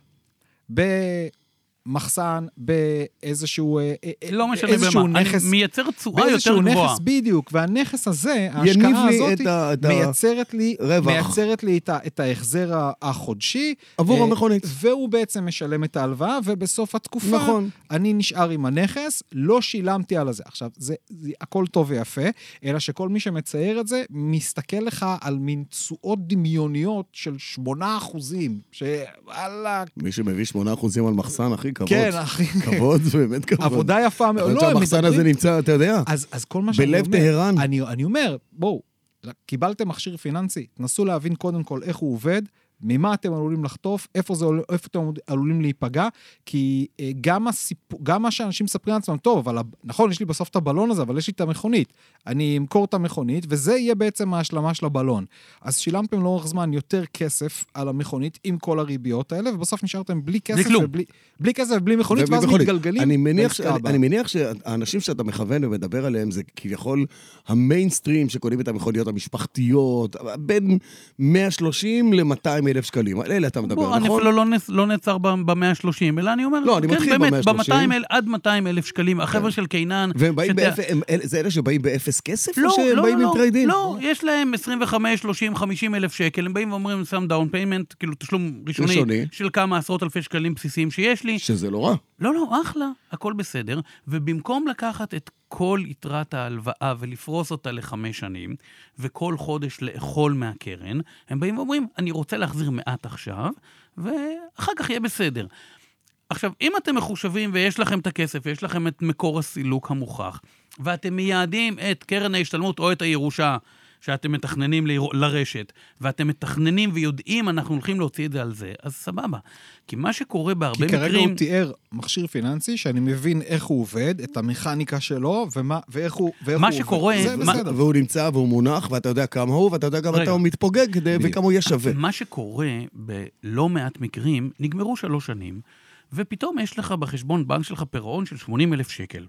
במחסן, באיזשהו... אה, אה, אה,
לא משנה
איזשהו
במה,
נכס-
אני מייצר תשואה יותר
באיזשהו
גבוהה.
נכס בדיוק, והנכס הזה,
יניב
ההשקעה
לי
הזאת,
את ה- את ה-
מייצרת לי,
רווח.
מייצרת לי את, ה, את ההחזר ה- החודשי.
עבור
אה,
המכונית.
והוא בעצם משלם את ההלוואה, ובסוף התקופה,
נכון.
אני נשאר עם הנכס, לא שילמתי על הזה. עכשיו, זה, זה הכל טוב ויפה, אלא שכל מי שמצייר את זה, מסתכל לך על מין תשואות דמיוניות של 8%, שוואלה,
מי שמביא 8% על מחסן, אחי, כבוד.
כן, אחי.
כבוד, באמת כבוד.
עבודה יפה מאוד.
אבל
לא,
לא,
הם
המחסן הזה
מדברים-
נמצא, אתה יודע.
אז, אז כל מה שאני
בלב
אומר...
טהרן.
אני, אני אומר, בואו, קיבלתם מכשיר פיננסי, תנסו להבין קודם כל איך הוא עובד, ממה אתם עלולים לחטוף, איפה, זה, עול- איפה אתם עלולים להיפגע, כי אה, גם, הסיפור, גם מה שאנשים מספרים לעצמם, טוב, אבל הב- נכון, יש לי בסוף את הבלון הזה, אבל יש לי את המכונית. אני אמכור את המכונית, וזה יהיה בעצם ההשלמה של הבלון. אז שילמתם לאורך זמן יותר כסף על המכונית עם כל הריביות האלה, ובסוף נשארתם בלי כסף.
כלום.
ובלי, בלי כסף ובלי מכונית, ואז
ובמכונית.
מתגלגלים.
אני מניח, ש...
לעסקה
אני,
הבאה.
אני מניח שהאנשים שאתה מכוון ומדבר עליהם זה כביכול המיינסטרים שקונים את המכוניות המשפחתיות, בין 130 ל-200 אלף שקלים. על אלה אתה מדבר,
בוא,
נכון?
אני אפילו לא נס- לא נעצר ב-130, אלא אני אומר,
לא, אני
כן,
מתחיל
באמת,
ב- 130.
ב-200 אל- עד 200 אלף שקלים, החבר'ה של קינן,
והם באים
שאתה-
באפס, הם, אלה- זה אלה שבאים באפס כסף?
לא,
או שהם
לא,
באים
לא,
עם טריידין?
לא, יש להם 25, 30, 50 אלף שקל, הם באים ואומרים, שם דאון פיימנט, כאילו תשלום
ראשוני.
ראשוני של כמה עשרות אלפי שקלים בסיסיים שיש לי.
שזה לא רע.
לא, לא, אחלה, הכל בסדר. ובמקום לקחת את כל יתרת ההלוואה ולפרוס אותה לחמש שנים, וכל חודש לאכול מהקרן, הם באים ואומרים, אני רוצה להחזיר מעט עכשיו, ואחר כך יהיה בסדר. עכשיו, אם אתם מחושבים ויש לכם את הכסף, ויש לכם את מקור הסילוק המוכח, ואתם מייעדים את קרן ההשתלמות או את הירושה שאתם מתכננים ליר- לרשת, ואתם מתכננים ויודעים, אנחנו הולכים להוציא את זה על זה, אז סבבה. כי מה שקורה בהרבה
כי
מקרים...
כרגע הוא תיאר מכשיר פיננסי, שאני מבין איך הוא עובד, את המכניקה שלו, ומה, ואיך הוא, ואיך
מה
הוא
שקורה-
עובד. זה
כן. מה-
בסדר.
והוא נמצא והוא מונח, ואתה יודע כמה הוא, ואתה יודע גם
רגע.
מתי הוא מתפוגג כדי- וכמה הוא יהיה שווה.
מה שקורה בלא מעט מקרים, נגמרו שלוש שנים, ופתאום יש לך בחשבון בנק שלך פירעון של 80 אלף שקל.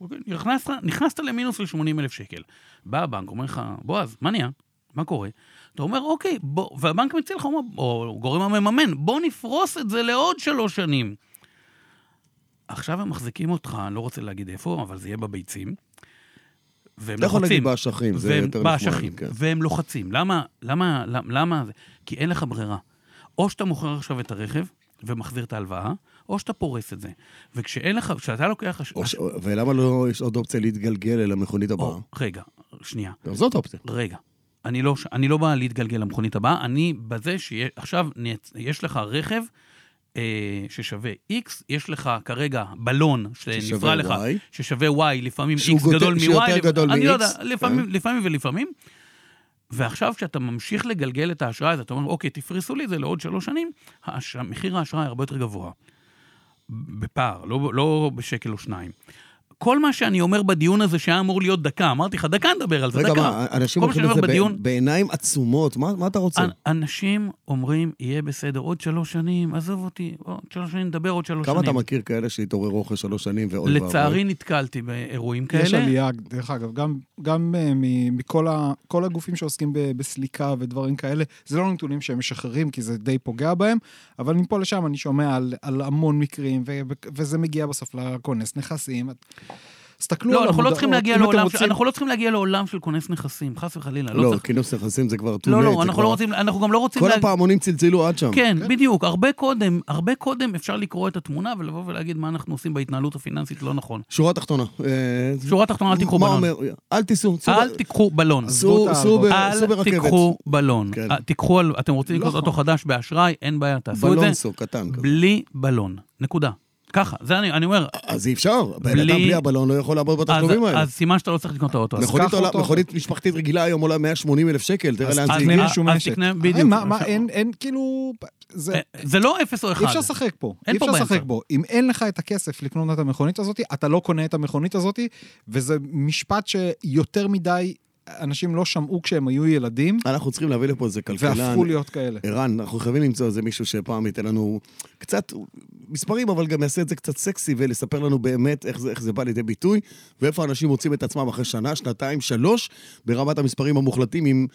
אוקיי? נכנסת, נכנסת למינוס של 80 אלף שקל. בא הבנק, אומר לך, בועז, מה נהיה? מה קורה? אתה אומר, אוקיי, בוא, והבנק מציע לך, הוא אומר, או גורם המממן, בוא נפרוס את זה לעוד שלוש שנים. עכשיו הם מחזיקים אותך, אני לא רוצה להגיד איפה, אבל זה יהיה בביצים. והם
אתה יכול להגיד
לוחצים.
באשכים, זה
והם-
יותר נחמד.
באשכים,
כן.
והם לוחצים. למה, למה, למה, למה זה? כי אין לך ברירה. או שאתה מוכר עכשיו את הרכב ומחזיר את ההלוואה, או שאתה פורס את זה. וכשאין לך, כשאתה לוקח... הש-
או ש- ולמה לא יש עוד אופציה להתגלגל אל המכונית הבאה?
או, רגע, שנייה.
גם זאת אופציה.
רגע, אני לא, אני לא בא להתגלגל למכונית הבאה, אני בזה שעכשיו יש לך רכב אה, ששווה X, יש לך כרגע בלון
ששווה
שנפרע לך,
Y.
ששווה Y, לפעמים
שהוא
X
גודל-
גדול מ-Y,
שיותר גדול
אני
מ-X,
לא יודע,
כן.
לפעמים, לפעמים ולפעמים. ועכשיו כשאתה ממשיך לגלגל את האשראי הזה, אתה אומר, אוקיי, תפרסו לי את זה לעוד שלוש שנים, האשראי- מחיר האשראי הרבה יותר גבוה. בפער, לא, לא בשקל או שניים. כל מה שאני אומר בדיון הזה שהיה אמור להיות דקה, אמרתי לך, דקה נדבר על זה,
רגע,
דקה.
מה, אנשים
כל מה
הולכים
שאני
לזה
אומר
ב-
בדיון, אה, לא
בעיניים עצומות, מה מה אתה רוצה?
אנ- אנשים אומרים, יהיה בסדר, עוד שלוש שנים, עזוב אותי, עוד שלוש שנים, נדבר עוד שלוש
כמה
שנים.
אתה מכיר כאלה שהתעוררו אחרי שלוש שנים ואוי ואבוי?
לצערי נתקלתי באירועים כאלה.
יש עלייה, דרך אגב, גם, גם אה, מ- מכל ה, כל הגופים שעוסקים ב, בסליקה ודברים כאלה, זה לא נתונים שהם משחררים, כי זה די פוגע בהם, אבל מפה לשם אני שומע על, על המון מקרים, ו, וזה מגיע בסוף לכונס נכסים. תסתכלו על
לא, אנחנו לא
המודעות,
צריכים להגיע
אם אתם
לעולם, של-
רוצים-
אנחנו לא צריכים להגיע לעולם של כונס נכסים, חס וחלילה, לא
לא,
צריך.
כינוס נכסים זה כבר too
לא,
late,
לא,
זה
אנחנו לא
כבר-
רוצים, אנחנו גם לא רוצים...
כל
להג-
הפעמונים צלצלו עד שם.
כן, בדיוק, הרבה קודם, הרבה קודם אפשר לקרוא את התמונה ולבוא ולהגיד מה אנחנו עושים בהתנהלות הפיננסית לא נכון.
שורה תחתונה. אה,
שורה תחתונה, אל תיקחו
מה
בלון.
אומר? אל תיסעו. צאו-
אל תיקחו בלון.
סעו- סעו ב- סעו
אל
ברכבת.
תיקחו בלון.
כן.
אה, תיקחו, על- אתם רוצים לקנות
נכון.
אוטו חדש באשראי, אין בעיה, תעשו את זה.
בלונסו קטן. כזה.
בלי בלון. נקודה. ככה, זה אני אני אומר.
אז אי אפשר. בן אדם
בלי-
בלי הבלון לא יכול לעבוד
אז-
בתחומים האלה. נכון.
אז סימן שאתה לא צריך לקנות את האוטו. הזה.
מכונית
קח
עולה-
אותו.
מכונית משפחתית רגילה היום עולה 180 אלף שקל, תראה
אז
לאן
אז
זה
תקנה
הגיע.
אה,
משהו
אז
משת.
תקנה-
הרי
בדיוק.
מה, מה, אין, אין כאילו... זה,
אה, זה לא אפס או אחד.
אי אפשר לשחק פה,
אין
אי
פה
אפשר לשחק
באמצע.
בו. אם אין לך את הכסף לקנות את המכונית הזאת, אתה לא קונה את המכונית הזאת, וזה משפט שיותר מדי אנשים לא שמעו כשהם היו ילדים,
אנחנו צריכים להביא לפה איזה כלכלן.
והפכו להיות כאלה.
ערן, אנחנו חייבים למצוא איזה מישהו שפעם ייתן לנו קצת מספרים, אבל גם יעשה את זה קצת סקסי ולספר לנו באמת איך זה, איך זה בא לידי ביטוי, ואיפה אנשים מוצאים את עצמם אחרי שנה, שנתיים, שלוש, ברמת המספרים המוחלטים עם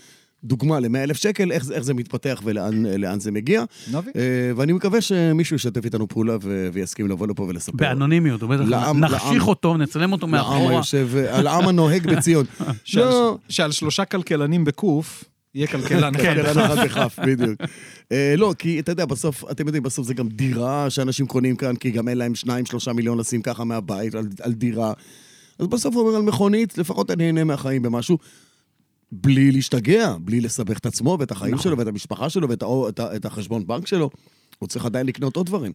דוגמה ל-100 אלף שקל, איך, זה- איך זה מתפתח ולאן לאן זה מגיע.
נביא.
אה, ואני מקווה שמישהו ישתף איתנו פעולה ו- ויסכים לבוא לפה ולספר.
באנונימיות, הוא בטח-
לעם-
נחשיך
לעם.
אותו, נצלם אותו
לעם
מאחורה.
היושב, על העם הנוהג בציון.
שעל-
לא.
שעל שלושה כלכלנים בקוף, יהיה כלכלן אחד.
כן, אחד בכף, בדיוק. אה, לא, כי אתה יודע, בסוף, אתם יודעים, בסוף זה גם דירה שאנשים קונים כאן, כי גם אין להם שניים, שלושה מיליון לשים ככה מהבית על, על דירה. אז בסוף הוא אומר על מכונית, לפחות אני אהנה מהחיים במשהו. נכון. בלי להשתגע, בלי לסבך את עצמו ואת החיים שלו ואת המשפחה שלו ואת האו- את ה- את החשבון בנק שלו. הוא צריך עדיין לקנות עוד דברים.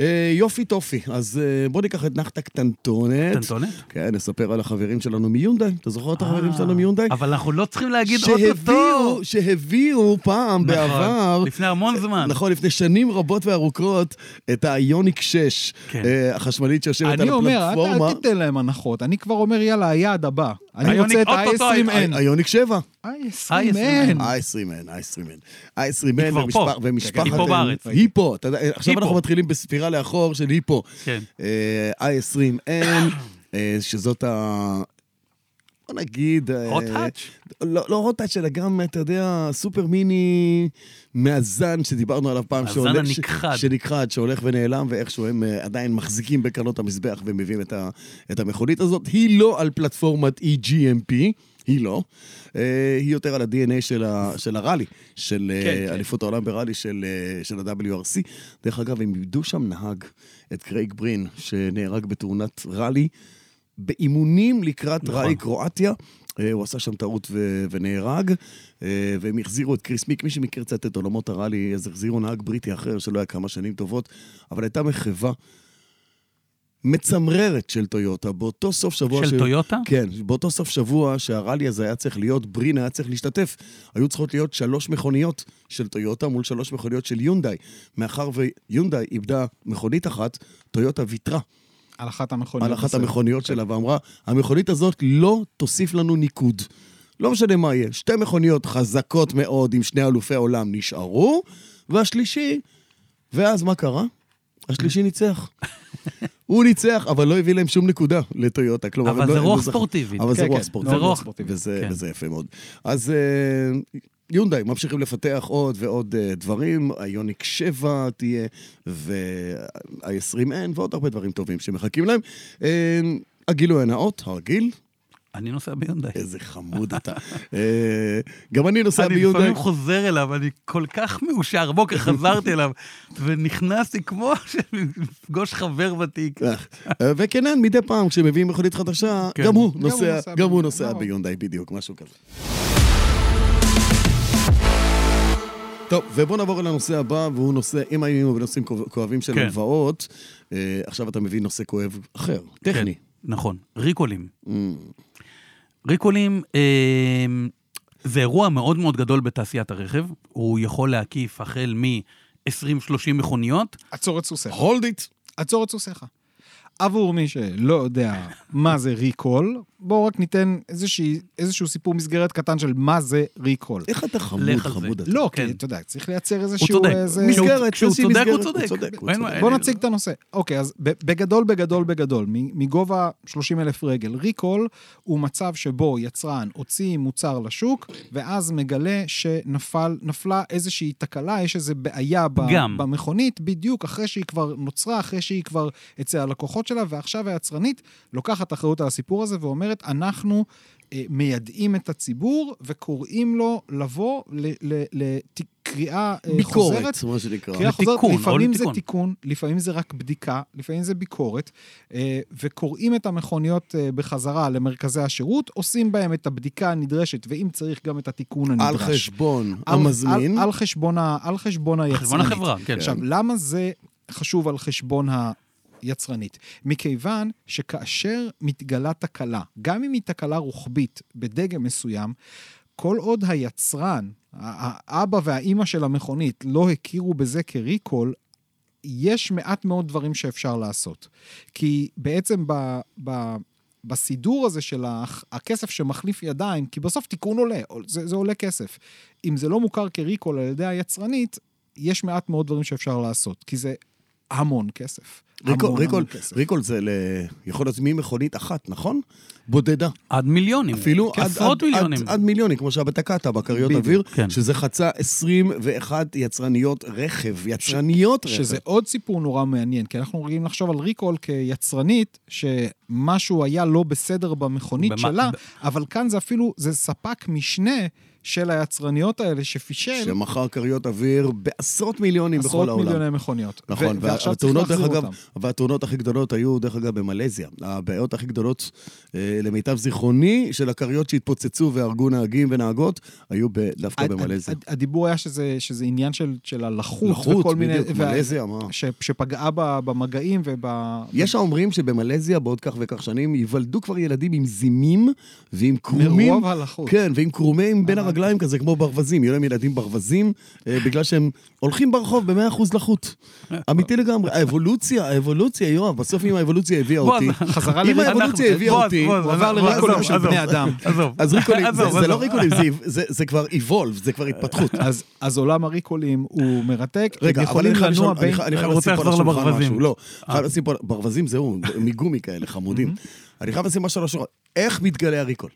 אה, יופי טופי, אז אה, בוא ניקח את נחתה קטנטונת.
קטנטונת?
כן, נספר על החברים שלנו מיונדאי. אתה זוכר את החברים שלנו מיונדאי?
אה, אבל אנחנו לא צריכים להגיד
שהביאו,
אוטוטו.
שהביאו פעם
נכון,
בעבר,
לפני המון זמן.
נכון, לפני שנים רבות וארוכות, את היוניק 6,
כן.
אה, החשמלית שיושבת
אני
על
אומר, אל-
הפלטפורמה.
אל תיתן להם הנחות, אני כבר אומר, יאללה, היעד הבא. אני
היוניק,
רוצה את
אוטוטו,
ה-20N.
אה, היוניק אה, 7.
ה-20N.
אייסרימן, אייסרימן. אייסרימן
היא כן. כבר
ומשפח-
פה. כן,
ומשפחת...
היא פה בארץ.
היא פה. אתה יודע, עכשיו
היא
אנחנו
פה.
מתחילים בספירה לאחור של היא פה. אה,
כן.
אייסרימן, אה, שזאת ה... בוא נגיד... אה,
hot touch?
לא לא hot touch, אלא גם, אתה יודע, סופר מיני מהזן שדיברנו עליו פעם.
הזן
שהולך- ש-
הנכחד.
שנכחד, שהולך ונעלם, ואיכשהו הם אה, עדיין מחזיקים בקרנות המזבח ומביאים את, ה, את המכונית הזאת. היא לא על פלטפורמת EGMP, היא לא. אה, היא יותר על ה-DNA של, ה, של הראלי, של כן, כן. אליפות העולם בראלי של, אה, של ה-WRC. דרך אגב, הם איבדו שם נהג, את קרייג ברין, שנהרג בתאונת ראלי, באימונים לקראת נכון. ראלי קרואטיה. אה, הוא עשה שם טעות ו- ונהרג, אה, והם החזירו את קריס מיק. מי שמכיר קצת את עולמות הראלי, אז החזירו נהג בריטי אחר שלא היה כמה שנים טובות, אבל הייתה מחווה מצמררת של טויוטה באותו סוף שבוע...
של טויוטה?
כן, באותו סוף שבוע שהרלי הזה היה צריך להיות, ברין היה צריך להשתתף. היו צריכות להיות שלוש מכוניות של טויוטה מול שלוש מכוניות של יונדאי. מאחר ויונדאי איבדה מכונית אחת, טויוטה ויתרה
על אחת המכוניות.
על אחת
בסדר.
המכוניות שלה ואמרה, המכונית הזאת לא תוסיף לנו ניקוד. לא משנה מה יהיה, שתי מכוניות חזקות מאוד עם שני אלופי עולם נשארו, והשלישי, ואז מה קרה? השלישי ניצח. הוא ניצח, אבל לא הביא להם שום נקודה לטויוטה. כלומר,
אבל
הם
זה
לא- הם
רוח
לא זכו.
ספורטיבית.
אבל זה
כן,
רוח
כן,
ספורטיבית.
זה רוח.
וזה,
כן.
וזה יפה מאוד. אז אה, יונדאי, ממשיכים לפתח עוד ועוד אה, דברים, היוניק 7 תהיה, וה-20N, ועוד הרבה דברים טובים שמחכים להם. אה, הגילוי הנאות, הרגיל,
אני לא נוסע ביונדאי.
איזה חמוד אתה. אה, גם אני נוסע
אני
ביונדאי.
לפעמים חוזר אליו, אני כל כך מאושר. בוקר חזרתי אליו, ונכנסתי כמו שנפגוש חבר ותיק.
אה, וכנן, מדי פעם כשמביאים מכונית חדשה,
כן.
גם הוא
גם הוא
נוסע,
נוסע
גם הוא
ביונדאי,
נוסע
נכון.
ביונדאי, בדיוק, משהו כזה. טוב, ובוא נעבור אל הנושא הבא, והוא נושא, אם היינו בנושאים כואב- כואבים של
כן.
הלוואות, אה, עכשיו אתה מביא נושא כואב אחר, טכני. Mm.
כן, נכון, ריקולים. ריקולים אה, זה אירוע מאוד מאוד גדול בתעשיית הרכב. הוא יכול להקיף החל מ-20-30 מכוניות.
עצור את סוסיך.
הולד איט.
עצור את סוסיך. עבור מי שלא יודע מה זה ריקול, בואו רק ניתן איזושהי, איזשהו סיפור מסגרת קטן של מה זה ריקול.
איך אתה חמוד,
לך על זה.
חמוד אתה.
לא,
כן.
כי אתה יודע, צריך לייצר
הוא
איזשהו... אה,
צודק.
איזה-
מסגרת,
כשהוא- כשהוא
איזושהי
צודק, הוא
מסגרת.
צודק.
הוא צודק, הוא
אין-
צודק.
אין-
בואו
אין-
נציג את הנושא. אוקיי, אז ב- בגדול, בגדול, בגדול, מ- מגובה 30 אלף רגל. ריקול הוא מצב שבו יצרן הוציא מוצר לשוק, ואז מגלה שנפלה איזושהי תקלה, יש איזו בעיה ב-
פגם.
במכונית, בדיוק אחרי שהיא כבר נוצרה, אחרי שהיא כבר אצל הלקוחות שלה, ועכשיו היצרנית לוקחת אחריות על הסיפור הזה ואומרת, אנחנו... אה, מיידעים את הציבור וקוראים לו לבוא לקריאה אה, חוזרת
ביקורת, מה שנקרא.
קריאה חוזרת,
לתיקון, או
לפעמים זה
לתיקון.
תיקון, לפעמים זה רק בדיקה, לפעמים זה ביקורת, אה, וקוראים את המכוניות אה, בחזרה למרכזי השירות, עושים בהם את הבדיקה הנדרשת, ואם צריך גם את התיקון הנדרש.
על חשבון
על-
המזמין.
על, על חשבון, ה- על חשבון היצרנית.
חשבון החברה, כן.
עכשיו, למה זה חשוב על חשבון היצרנית? מכיוון שכאשר מתגלה תקלה, גם אם היא תקלה רוחבית בדגם מסוים, כל עוד היצרן, ה- האבא והאימא של המכונית, לא הכירו בזה כריקול, יש מעט מאוד דברים שאפשר לעשות. כי בעצם ב... ב בסידור הזה של הח- הכסף שמחליף ידיים, כי בסוף תיקון עולה, זה, זה עולה כסף. אם זה לא מוכר כריקול על ידי היצרנית, יש מעט מאוד דברים שאפשר לעשות, כי זה המון כסף.
ריקול-
המון,
ריקול-
המון כסף.
ריקול זה ל... יכול להיות ממכונית אחת, נכון? בודדה.
עד מיליונים.
אפילו עד,
עשרות
עד,
מיליונים.
עד, עד מיליונים, כמו שהיה בתקעת בכריות
כן, בדיוק,
אוויר,
כן.
שזה חצה 21 יצרניות רכב, יצרניות רכב.
שזה עוד סיפור נורא מעניין, כי אנחנו רגילים לחשוב על ריקול כיצרנית, שמשהו היה לא בסדר במכונית
במה-
שלה, אבל כאן זה אפילו, זה ספק משנה של היצרניות האלה שפישל
שמכר כריות אוויר בעשרות מיליונים
כן. עשרות
בכל העולם.
מיליוני מכוניות.
נכון,
ו-
וה-
ועכשיו צריך
והתאונות, דרך
להחזיר
אגב,
אותם.
והתאונות הכי גדולות היו, דרך אגב, במלזיה. הבעיות הכי גדולות אה, אה, למיטב זיכרוני, של הכריות שהתפוצצו והרגו נהגים ונהגות, היו ב- דווקא לא במלזיה.
הד- הדיבור היה שזה, שזה עניין של, של הלחות
לחות,
וכל מיני...
בדיוק,
וה-
מלזיה, מה?
ש, שפגעה ב- במגעים וב...
יש האומרים שבמלזיה בעוד כך וכך שנים ייוולדו כבר ילדים עם זימים ועם קרומים.
מרוב הלחות.
כן, ועם קרומים בין הרגליים כזה, כמו ברווזים. יהיו להם ילדים ברווזים, אה, בגלל שהם הולכים ברחוב ב-100% לחות. אמיתי לגמרי. האבולוציה, האבולוציה, יואב, בסוף אם האבולוציה הביאה
בוא,
אותי...
אז-
חזרה
אם
לריקולים.
האבולוציה הביאה
בועז,
אותי,
בועז,
הוא עבר
עזוב,
לריקולים של
עזוב,
בני אדם.
עזוב.
אז ריקולים, זה-
עזוב,
זה
עזוב.
לא ריקולים, זה איב- זה- זה כבר evolve, זה כבר התפתחות.
אז, אז עולם הריקולים הוא מרתק.
רגע,
הם
אבל
יכולים
אני חייב
לנוע
לשאול,
בין...
אני חי- אני חייב
אני רוצה
לשים פה על
לחזור
השולחן
לברווזים.
משהו. לא,
אה.
חייב לשים פה, ברווזים זהו, מיגומי כאלה, חמודים. אני חייב לשים משהו על השולחן. איך מתגלה הריקול?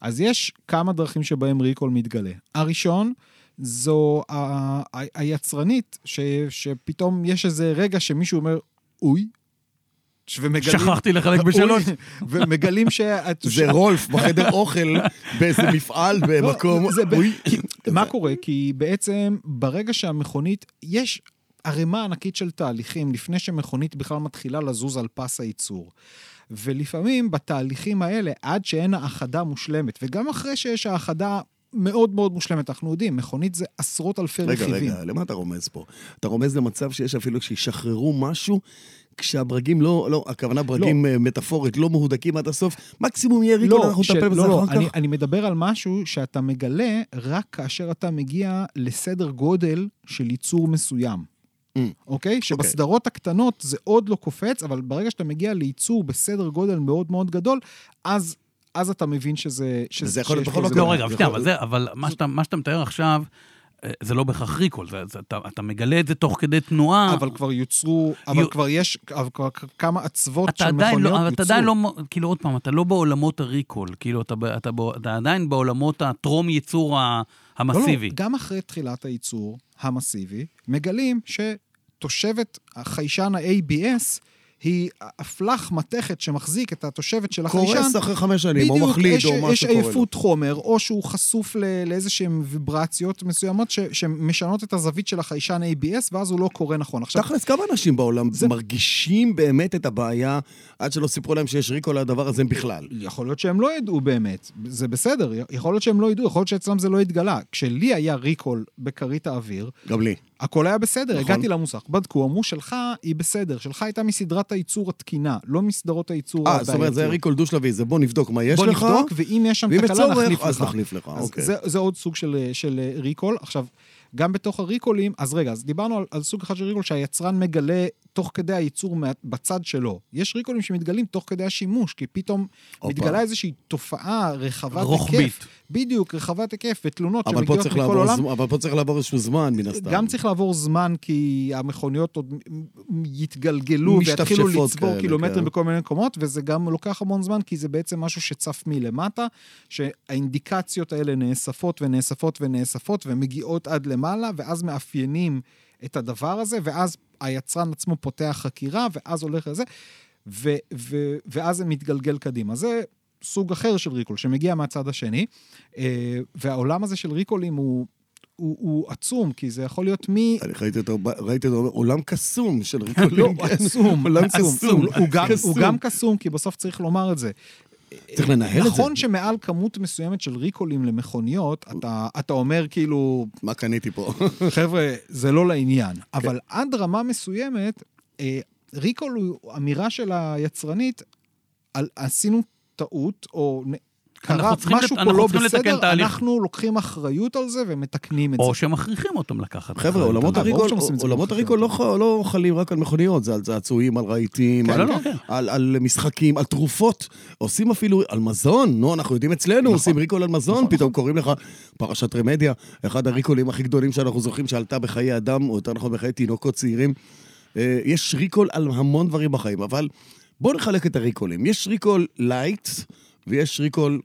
אז יש כמה דרכים שבהם ריקול מתגלה. הראשון, זו ה- ה- היצרנית, ש, שפתאום יש איזה רגע שמישהו אומר, אוי, ומגלים...
שכחתי לחלק בשלוש.
אוי, ומגלים ש...
זה רולף בחדר אוכל באיזה מפעל
לא,
במקום.
זה ב-
אוי.
כי-
אוקיי.
מה קורה? כי בעצם ברגע שהמכונית, יש ערימה ענקית של תהליכים לפני שמכונית בכלל מתחילה לזוז על פס הייצור. ולפעמים בתהליכים האלה, עד שאין האחדה מושלמת, וגם אחרי שיש האחדה מאוד מאוד מושלמת, אנחנו יודעים, מכונית זה עשרות אלפי
רגע,
רכיבים.
רגע, למה אתה רומז פה? אתה רומז למצב שיש אפילו שישחררו משהו כשהברגים לא, לא, הכוונה ברגים אה, מטאפורית, לא מהודקים עד הסוף, מקסימום יהיה ריקול, אנחנו
ש-
נטפל בזה
לא, לא,
אחר
אני,
כך.
אני מדבר על משהו שאתה מגלה רק כאשר אתה מגיע לסדר גודל של ייצור מסוים.
Mm.
אוקיי? שבסדרות הקטנות זה עוד לא קופץ, אבל ברגע שאתה מגיע לייצור בסדר גודל מאוד מאוד גדול, אז, אז אתה מבין שזה... שזה
וזה יכול להיות
שיש
בכל
פה איזה-
מקום.
לא, רגע, אבל שנייה,
יכול-
אבל זה- אבל מה שאתה- מה שאתה מתאר עכשיו, אה, זה לא בהכרח ריקול, זה- זה- אתה אתה מגלה את זה תוך כדי תנועה.
אבל כבר יוצרו, אבל
יו-
כבר יש אבל כבר כ- כמה עצבות
אתה
של
עדיין
מכוניות
לא, אבל
יוצרו.
אתה עדיין לא, מ- כאילו עוד פעם, אתה לא בעולמות הריקול, כאילו אתה, ב- אתה, ב- אתה עדיין בעולמות הטרום ייצור ה-
לא, לא,
המסיבי.
גם אחרי תחילת הייצור המסיבי, מגלים שתושבת החיישן ה-ABS היא אפלח מתכת שמחזיק את התושבת של החיישן.
קורס אחרי חמש שנים, או מחליד,
יש,
או
יש
משהו קורה לו.
עייפות חומר, או שהוא חשוף ל- לאיזשהן ויברציות מסוימות ש- שמשנות את הזווית של החיישן ABS, ואז הוא לא קורא נכון. עכשיו,
תכלס, כמה אנשים בעולם
זה-
מרגישים באמת את הבעיה עד שלא סיפרו להם שיש ריקול לדבר הזה בכלל?
יכול להיות שהם לא ידעו באמת, זה בסדר, יכול להיות שהם לא ידעו, יכול להיות שאצלם זה לא התגלה. כשלי היה ריקול בכרית האוויר,
גם לי.
הכל היה בסדר,
נכון.
הגעתי למוסך, בדקו, אמרו שלך היא בסדר, שלך הייתה מסדרת הייצור התקינה, לא מסדרות הייצור
אה, זאת אומרת, זה היה ריקול דו-שלבי, זה בוא נבדוק מה יש
בוא
לך.
נבדוק, ואם יש שם
ואם יש
תקלה,
צורך,
נחליף לך.
אז נחליף לך,
אז
אוקיי.
זה, זה עוד סוג של, אה, של אה, ריקול. עכשיו, גם בתוך הריקולים, אז רגע, אז דיברנו על, על סוג אחד של ריקול שהיצרן מגלה תוך כדי הייצור מה, בצד שלו. יש ריקולים שמתגלים תוך כדי השימוש, כי פתאום
הופה.
מתגלה איזושהי תופעה רחבת
רוחבית.
היקף. בדיוק, רחבת היקף, ותלונות
אבל פה
שמגיעות
צריך
מכל
לעבור
עולם.
זמן- אבל פה צריך לעבור איזשהו זמן, מן הסתם.
גם צריך לעבור זמן, כי המכוניות עוד מ- מ- יתגלגלו ויתחילו
משתפשפות
לצבור
כאלה,
קילומטרים
כן.
בכל מיני מקומות, וזה גם לוקח המון זמן, כי זה בעצם משהו שצף מלמטה, שהאינדיקציות האלה נאספות ונאספות ונאספות, ומגיעות עד למעלה, ואז מאפיינים את הדבר הזה, ואז היצרן עצמו פותח חקירה, ואז הולך לזה, ו- ו- ואז זה מתגלגל קדימה. זה סוג אחר של ריקול, שמגיע מהצד השני, אה, והעולם הזה של ריקולים הוא... הוא, הוא עצום, כי זה יכול להיות מ...
אני ראיתי אותו, ראיתי אותו, עולם קסום של
לא,
ריקולים.
הוא
כן.
עצום,
עולם
עצום.
קסום.
הוא גם- הוא
קסום.
גם קסום, כי בסוף צריך לומר את זה.
צריך לנהל את זה.
נכון שמעל כמות מסוימת של ריקולים למכוניות, אתה, אתה אומר כאילו,
מה קניתי פה?
חבר'ה, זה לא
כן.
לעניין. אבל עד רמה מסוימת, אה, ריקול הוא אמירה של היצרנית, על, עשינו טעות, או נ- קרה
אנחנו צריכים
משהו
לת-
פה
אנחנו
לא
צריכים לתקן
בסדר,
תהליך.
אנחנו לוקחים אחריות על זה ומתקנים את לא, זה.
או שמכריחים אותם לקחת.
חבר'ה, עולמות
אה, ברור
הריקול,
שהם עושים את זה
עולמות
בחקיקה.
הריקול לא ח- לא חלים רק על מכוניות, זה על צעצועים, על רהיטים,
כן,
על-
לא, לא, כן.
על על משחקים, על תרופות. עושים אפילו על מזון, נו, אנחנו יודעים
נכון,
אצלנו, עושים ריקול על מזון, פתאום קוראים לך פרשת רמדיה, אחד הריקולים הכי גדולים שאנחנו זוכרים שעלתה בחיי אדם, או יותר נכון בחיי תינוקות צעירים. אה, יש ריקול על המון דברים בחיים, אבל בואו נחלק את הריקולים. יש ריקול לייט ויש ריקול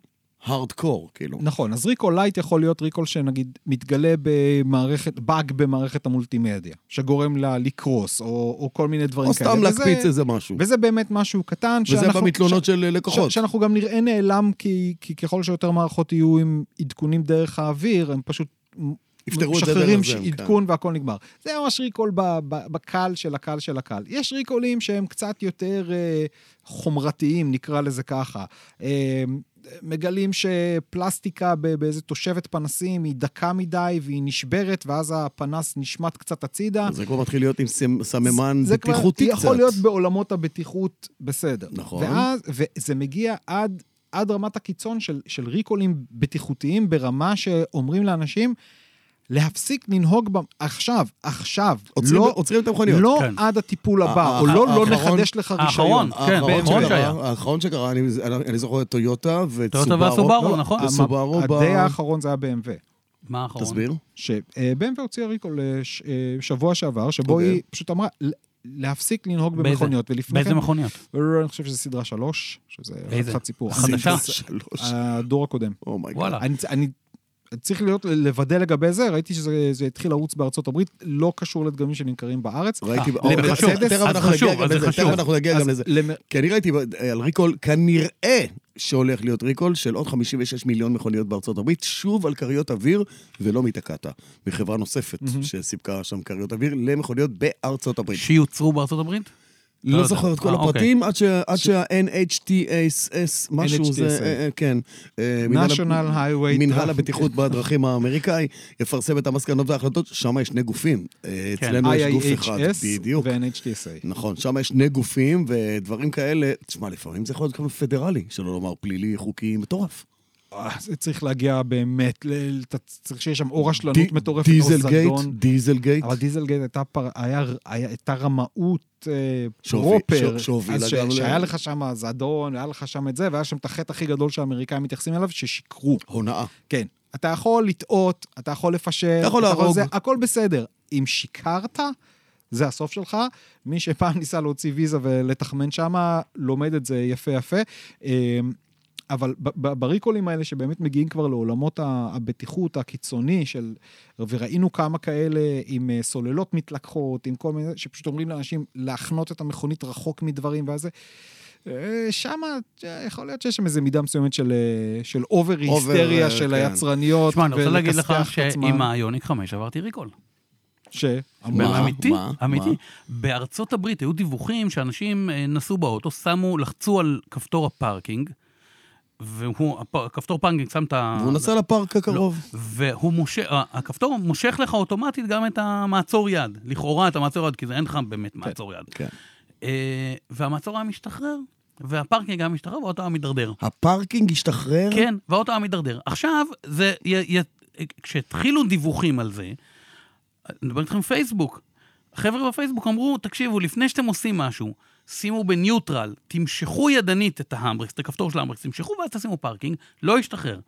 הארדקור, כאילו.
נכון, אז ריקול לייט יכול להיות ריקול שנגיד מתגלה במערכת, באג במערכת המולטימדיה, שגורם לה לקרוס, או, או כל מיני דברים
או
כאלה.
סתם
כן, וזה-
להקפיץ איזה משהו.
וזה באמת משהו קטן,
וזה במתלונות
ש-
של אה, לקוחות.
ש- שאנחנו גם נראה נעלם, כי, כי ככל שיותר מערכות יהיו עם עדכונים דרך האוויר, הם פשוט
יפתרו את זה דרך זה.
משחררים
כן.
עדכון והכל נגמר. זה ממש ריקול ב- ב- בקל של הקל של הקל. יש ריקולים שהם קצת יותר אה, חומרתיים, נקרא לזה ככה. אה, מגלים שפלסטיקה ב- באיזה תושבת פנסים היא דקה מדי והיא נשברת, ואז הפנס נשמט קצת הצידה.
זה כבר מתחיל להיות עם סמ- סממן
זה כבר
בטיחותי קצת.
יכול להיות בעולמות הבטיחות בסדר.
נכון.
ואז, וזה מגיע עד, עד רמת הקיצון של, של ריקולים בטיחותיים ברמה שאומרים לאנשים, להפסיק לנהוג ב... עכשיו, עכשיו.
עוצרים-
לא,
עוצרים את המכוניות.
לא
כן.
עד הטיפול הבא,
ה-
או
ה-
לא, לא
האחרון-
נחדש לך רישיון.
האחרון, כן,
האחרון
האחרון
שקרה-
שהיה.
האחרון שקרה, אני, אני- אני זוכר את טויוטה וסובארו.
טויוטה והסובארו,
לא,
נכון?
אה, סובארו ב-
הדי האחרון זה היה BMW.
מה האחרון?
תסביר.
ש-BMW הוציאה ריקול אה, ש- אה, שבוע שעבר, שבו
אוקיי.
היא פשוט אמרה... "ל- להפסיק לנהוג
באיזה-
במכוניות, ולפני
באיזה
כן...
מכוניות?
אני חושב שזה סדרה שלוש, שזה
איזה?
חתיכת סיפור.
החדשה?
שלוש.
אה,
Oh
הדור הקודם.
אומייגאד.
וואלה.
אני, אני צריך להיות, לוודא לגבי זה, ראיתי שזה זה התחיל לרוץ בארצות הברית, לא קשור לדגמים שנמכרים בארץ.
ראיתי,
אה,
אוקיי,
למרצדס?
תכף-
אז
תכף אנחנו
חשוב,
נגיע גם
אז זה
לזה,
חשוב.
תכף אנחנו נגיע
אז
גם לזה.
למ-
כי אני ראיתי ב- אה, על ריקול, כנראה שהולך להיות ריקול של עוד 56 מיליון מכוניות בארצות הברית, שוב על כריות אוויר, ולא מתקעתה, מחברה נוספת שסיפקה שם כריות אוויר למכוניות בארצות הברית.
שיוצרו בארצות הברית? לא
לא
יודע.
זוכר את כל
אה, אוקיי.
הפרטים, עד ש- עד שה-NHTSS, משהו זה,
NHTSA.
אה, אה, כן. אה, מנהל ה-
national highway.
מנהל
Traffic.
הבטיחות בדרכים האמריקאי יפרסם את המסקנות וההחלטות, שם יש שני גופים. אה,
כן.
אצלנו יש גוף אחד,
IIHS
בדיוק.
ו-NHTSA.
נכון, שם יש שני גופים ודברים כאלה. תשמע, לפעמים זה יכול להיות גם פדרלי, שלא לומר פלילי, חוקי, מטורף.
אה, זה צריך להגיע באמת, ל- אתה צריך שיהיה שם או רשלנות
די-
מטורפת, או
דיזל גייט,
זדון.
דיזל גייט.
אבל דיזלגייט הייתה, פר... היה... היה... הייתה רמאות אה,
שהוביל-
פרופר,
ש- שהובילה
אז ש...
גם ל-
שהיה לך שם זדון, היה לך שם את זה, והיה שם את החטא הכי גדול שהאמריקאים מתייחסים אליו, ששיקרו.
הונאה.
כן. אתה יכול לטעות, אתה יכול לפשל,
אתה יכול להרוג.
זה, הכל בסדר. אם שיקרת, זה הסוף שלך. מי שפעם ניסה להוציא ויזה ולתחמן שמה, לומד את זה יפה יפה. אמ, אבל ב- ב- בריקולים האלה שבאמת מגיעים כבר לעולמות ה- הבטיחות הקיצוני של... וראינו כמה כאלה עם אה, סוללות מתלקחות, עם כל מיני... שפשוט אומרים לאנשים להחנות את המכונית רחוק מדברים ואז זה. אה, שמה, אה, יכול להיות שיש שם איזו מידה מסוימת של, אה, של אובר היסטריה
אה,
של
כן.
היצרניות.
תשמע, אני רוצה להגיד לך
ולכסתח את
שעם
עצמן.
היוניק 5 עברתי ריקול.
ש... אמ,
מה?
אמיתי,
מה? מה?
אמיתי. בארצות הברית היו דיווחים שאנשים אה, נסעו באוטו, שמו, לחצו על כפתור הפארקינג, והוא, הפ- כפתור פארקינג שם את ה... לא,
והוא נסע לפארק הקרוב.
והוא מושך, ה- הכפתור מושך לך אוטומטית גם את המעצור יד. לכאורה את המעצור יד, כי זה אין לך באמת מעצור יד.
כן.
אה, והמעצור היה משתחרר, והפארקינג היה משתחרר, והאוטו היה מידרדר.
הפארקינג השתחרר?
כן, והאוטו היה מידרדר. עכשיו, זה... י, י, כשהתחילו דיווחים על זה, אני מדבר איתכם פייסבוק. החבר'ה בפייסבוק אמרו, תקשיבו, לפני שאתם עושים משהו, שימו בניוטרל, תמשכו ידנית את ההמברקס, את הכפתור של ההמברקס, תמשכו ואז תשימו פארקינג, לא ישתחרר.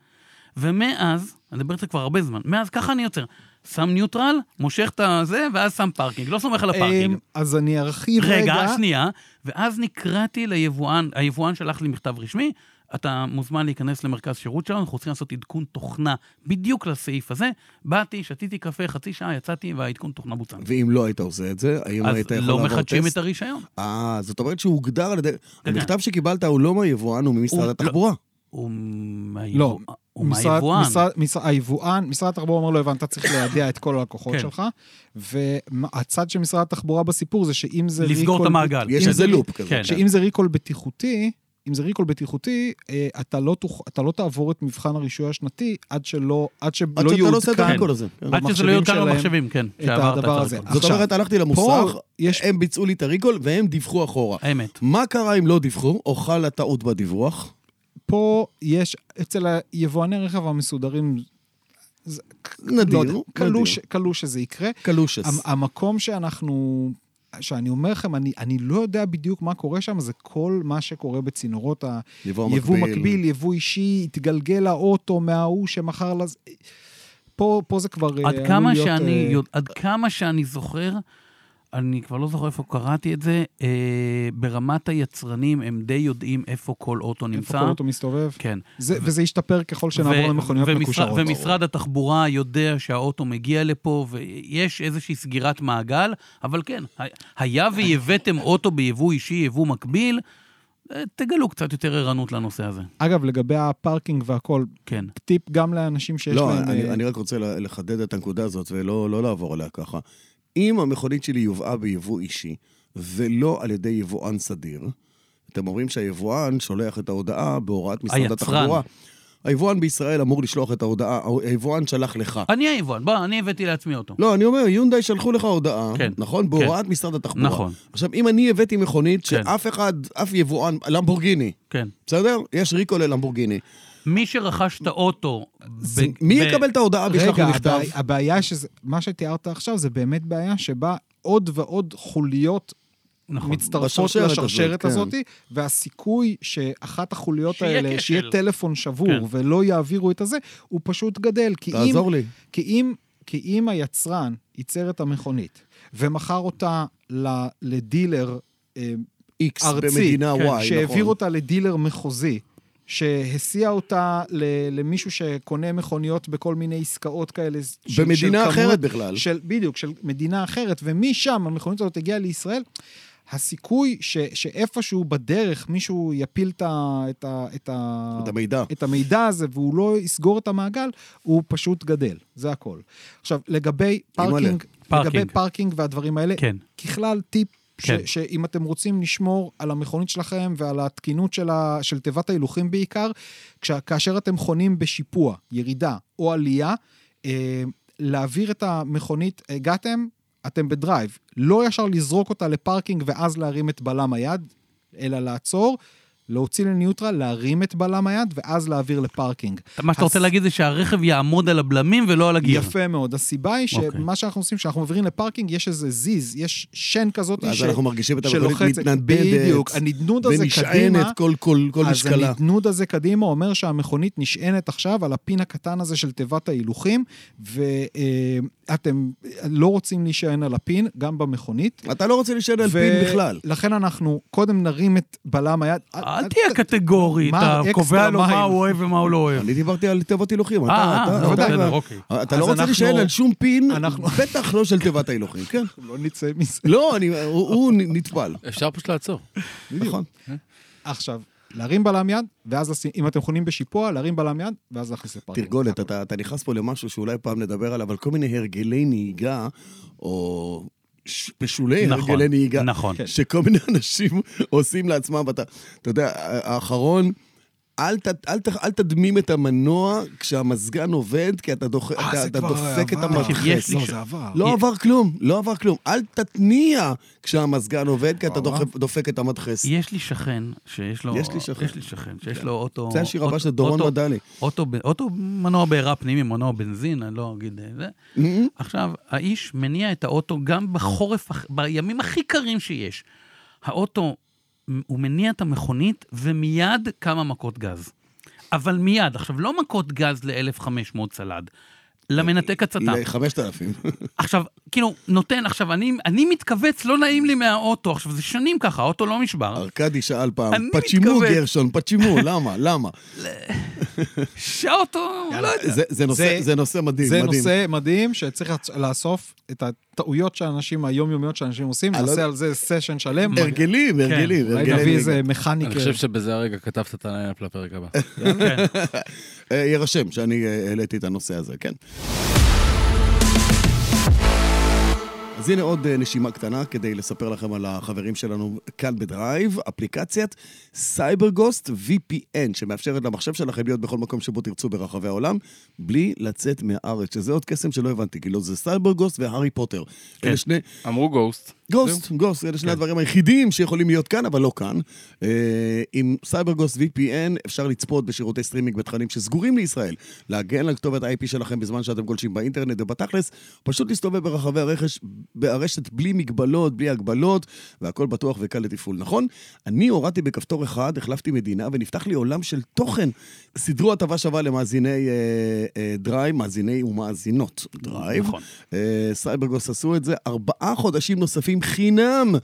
ומאז, אני מדבר על זה כבר הרבה זמן, מאז ככה אני יוצר. שם ניוטרל, מושך את הזה, ואז שם פארקינג. לא סומך על הפארקינג.
אמ, אז אני ארחיב רגע.
רגע, שנייה. ואז נקראתי ליבואן, היבואן שלח לי מכתב רשמי, אתה מוזמן להיכנס למרכז שירות שלנו, אנחנו צריכים לעשות עדכון תוכנה בדיוק לסעיף הזה. באתי, שתיתי קפה חצי שעה, יצאתי והעדכון תוכנה בוצע.
ואם לא היית עושה את זה, האם
אז
היית יכול
לא
לעבור טסט?
מחדשים את הרישיון.
אה, זאת אומרת שהוא הוגדר על ידי...
כן.
המכתב שקיבלת הוא לא מהיבואן, הוא
הוא
ממשרד
לא-
התחבורה.
הוא
לא,
מהיבואן. הוא
משרד-
מהיבואן.
משרד- משרד- היבואן, משרד התחבורה אומר לו, הבנת, צריך ליידע את כל הלקוחות
כן.
שלך. והצד של משרד התחבורה בסיפור זה שאם זה ריקול...
לסגור את המעגל.
יש
אם
איזה
זה-
לופ כזה.
כן.
שאם זה ריקול בטיחותי, אם זה ריקול בטיחותי, אה, אתה לא, תוכ... אתה לא תעבור את מבחן הרישוי השנתי עד שלא, עד שלא
עד שאתה לא עושה את
יעודכן
הריקול הזה. כן.
עד שזה לא יותקן
שלהם
במחשבים, כן.
את
שעברת
הדבר
את
הזה.
הריקול.
זאת
עכשיו,
אומרת, הלכתי
פה
למוסך,
יש...
הם ביצעו לי את הריקול והם דיווחו אחורה.
האמת.
מה קרה אם לא דיווחו? או חלה טעות בדיווח?
כן. פה יש, אצל היבואני רכב המסודרים, לא יודע, אמ-
נדיר.
קלוש,
נדיר.
קלוש שזה יקרה.
קלושס.
המ- המקום שאנחנו... שאני אומר לכם, אני, אני לא יודע בדיוק מה קורה שם, זה כל מה שקורה בצינורות ה...
יבוא
אמ- יבוא
מקביל.
מקביל, יבוא אישי, התגלגל לאוטו מההוא שמכר לז... פה, פה זה כבר אה,
עד
עלול
כמה
להיות,
שאני,
אה,
יודע- עד כמה שאני זוכר, אני כבר לא זוכר איפה קראתי את זה, אה, ברמת היצרנים הם די יודעים איפה כל אוטו
איפה
נמצא.
כל אוטו מסתובב.
כן.
זה, וזה ישתפר ככל שנעבור
ו-
למכוניות
ומשרד-
מקושרות.
ומשרד התחבורה יודע שהאוטו מגיע לפה, ויש איזושהי סגירת מעגל, אבל כן, ה- היה והבאתם אוטו ביבוא אישי, יבוא מקביל, אה, תגלו קצת יותר ערנות לנושא הזה.
אגב, לגבי הפארקינג והכל,
כן.
טיפ גם לאנשים שיש
לא,
להם...
אני,
אה,
אני רק רוצה ל- לחדד את הנקודה הזאת ולא לא לעבור עליה ככה. אם המכונית שלי יובאה ביבוא אישי ולא על ידי יבואן סדיר, אתם אומרים שהיבואן שולח את ההודעה בהוראת משרד
היצרן.
התחבורה. היבואן בישראל אמור לשלוח את ההודעה, היבואן שלח לך.
אני היבואן, בוא, אני הבאתי לעצמי אותו.
לא, אני אומר, יונדאי שלחו לך הודעה,
כן.
נכון? בהוראת משרד התחבורה.
נכון.
עכשיו, אם אני הבאתי מכונית
כן.
שאף אחד, אף יבואן, למבורגיני,
כן.
בסדר? יש ריקו ללמבורגיני.
מי שרכש את האוטו...
זה- מי יקבל את ההודעה וישלח לי
רגע,
מכתב?
הבע- הבעיה שזה... מה שתיארת עכשיו זה באמת בעיה שבה עוד ועוד חוליות
נכון.
מצטרפות
בשרשרת
לשרשרת
הזאת, כן.
הזאת, והסיכוי שאחת החוליות
שיהיה
האלה,
כשל.
שיהיה טלפון שבור
כן.
ולא יעבירו את הזה, הוא פשוט גדל. כי אם,
תעזור לי.
כי אם, כי אם היצרן ייצר את המכונית ומכר אותה ל, לדילר אה,
איקס
ארצי,
במדינה
כן,
וואי,
שהעביר
נכון.
אותה לדילר מחוזי, שהסיע אותה ל- למישהו שקונה מכוניות בכל מיני עסקאות כאלה. ש- של
במדינה
כמות-
אחרת בכלל.
של, בדיוק, של מדינה אחרת, ומשם המכונית הזאת הגיעה לישראל. הסיכוי ש, שאיפשהו בדרך מישהו יפיל את, ה, את, ה, את, ה,
את המידע.
את המידע הזה והוא לא יסגור את המעגל, הוא פשוט גדל, זה הכל. עכשיו, לגבי פארקינג,
פארקינג.
לגבי פארקינג והדברים האלה,
כן.
ככלל טיפ ש,
כן.
שאם אתם רוצים לשמור על המכונית שלכם ועל התקינות של, ה, של תיבת ההילוכים בעיקר, כש, כאשר אתם חונים בשיפוע, ירידה או עלייה, אה, להעביר את המכונית, הגעתם, אתם בדרייב. לא ישר לזרוק אותה לפארקינג ואז להרים את בלם היד, אלא לעצור. להוציא לניוטרל, להרים את בלם היד, ואז להעביר לפארקינג.
מה שאתה רוצה
הס-
להגיד זה שהרכב יעמוד על הבלמים ולא על הגיר.
יפה מאוד. הסיבה היא
אוקיי.
שמה שאנחנו עושים, כשאנחנו מעבירים לפארקינג, יש איזה זיז, יש שן כזאת
אז
ש-
אנחנו מרגישים את המכונית
שלוחצת.
מתנדנדת.
בדיוק, הנדנוד הזה
ונשענת
קדימה.
כל, כל, כל
אז
משקלה.
הנדנוד הזה קדימה אומר שהמכונית נשענת עכשיו על הפין הקטן הזה של תיבת ההילוכים, ואתם לא רוצים להישען על הפין, גם במכונית.
אתה לא רוצה להישען על פין בכלל.
לכן אנחנו קודם נרים את בלם היד.
אל תהיה קטגורי,
מה,
אתה
אקסטרה
קובע לו
מייל.
מה הוא אוהב ומה הוא לא אוהב.
אני דיברתי על תיבות הילוכים. אתה-
אה,
אתה-
אה,
אתה-
לא,
אתה-
בסדר, אוקיי.
אתה
אז
לא רוצה
אנחנו-
להישען על שום פין,
אנחנו-
בטח לא של תיבת ההילוכים, כן?
לא נצא מזה.
לא, אני- הוא הוא נטפל.
אפשר פשוט לעצור.
נכון.
עכשיו, להרים בלם יד, ואז לשים, אם אתם חונים בשיפוע, להרים בלם יד, ואז להכניס אה, לפארקינג.
תרגולת, אתה, אתה נכנס פה למשהו שאולי פעם נדבר עליו, על כל מיני הרגלי נהיגה, או ש- בשולי
נכון,
הרגלי נהיגה,
נכון.
שכל מיני אנשים עושים לעצמם, ואתה, אתה יודע, האחרון, אל, ת, אל, ת, אל תדמים את המנוע כשהמזגן עובד, כי אתה, דוח,
אה,
אתה,
זה
אתה
כבר
דופק את
עבר.
המרחס.
יש לי
לא,
ש-
זה עבר.
לא עבר כלום, לא עבר כלום. אל תתניע כשהמזגן עובד, כי אתה
וואו.
דוחף- דופק את המדחס.
יש לי שכן שיש לו...
יש לי שכן. כן.
יש לי שכן שיש לו אוטו...
זה השיר הבא
אוטו-
של דורון
אוטו-
ודלי.
אוטו, ב- אוטו מנוע בעירה פנימי, מנוע בנזין, אני לא אגיד אה, זה.
Mm-hmm.
עכשיו, האיש מניע את האוטו גם בחורף, הכ- בימים הכי קרים שיש. האוטו, מ- הוא מניע את המכונית ומיד כמה מכות גז. אבל מיד, עכשיו, לא מכות גז ל-1500 סלד,
אה,
למנתק הצתה.
ל-5,000.
עכשיו, כאילו, נותן, עכשיו, אני, אני מתכווץ, לא נעים לי מהאוטו. עכשיו, זה שנים ככה, האוטו לא נשבר.
ארכדי שאל פעם,
אני
פצ'ימו
מתכוון.
גרשון, פצ'ימו, למה? למה?
שהאוטו, לא יודע.
זה- זה נושא- זה נושא מדהים,
זה
מדהים.
נושא מדהים שצריך לצ- לאסוף את הטעויות שאנשים, היומיומיות שאנשים עושים,
אני לא- כן,
נעשה על זה סשן שלם.
הרגלים, הרגלים,
אולי
הרגלים.
נביא איזה מכניקר.
אני חושב שבזה הרגע כתבת את הליינאפ לפרק הבא.
אה, יירשם שאני אה, העליתי את הנושא הזה, כן. אז הנה עוד אה, נשימה קטנה כדי לספר לכם על החברים שלנו כאן בדרייב, אפליקציית סייברגוסט VPN, שמאפשרת למחשב שלכם להיות בכל מקום שבו תרצו ברחבי העולם, בלי לצאת מהארץ, שזה עוד קסם שלא הבנתי, כאילו זה סייברגוסט והארי פוטר. כן. אלה שני
אמרו גוסט.
גוסט, גוסט, אלה שני הדברים היחידים שיכולים להיות כאן, אבל לא כאן. אה, עם סייברגוסט VPN אפשר לצפות בשירותי סטרימינג בתכנים שסגורים לישראל, להגן על כתובת IP שלכם בזמן שאתם גולשים באינטרנט ובתכלס, פשוט להסתובב ברחבי הרכש, ברשת בלי מגבלות, בלי הגבלות, והכל בטוח וקל לתפעול, נכון? אני הורדתי בכפתור אחד, החלפתי מדינה, ונפתח לי עולם של תוכן. סידרו הטבה שווה למאזיני אה, אה, דרייב, מאזיני ומאזינות דרייב.
נכון.
אה, סייברגוס עשו את זה, ארבעה חודשים נוספים שירותים חינם.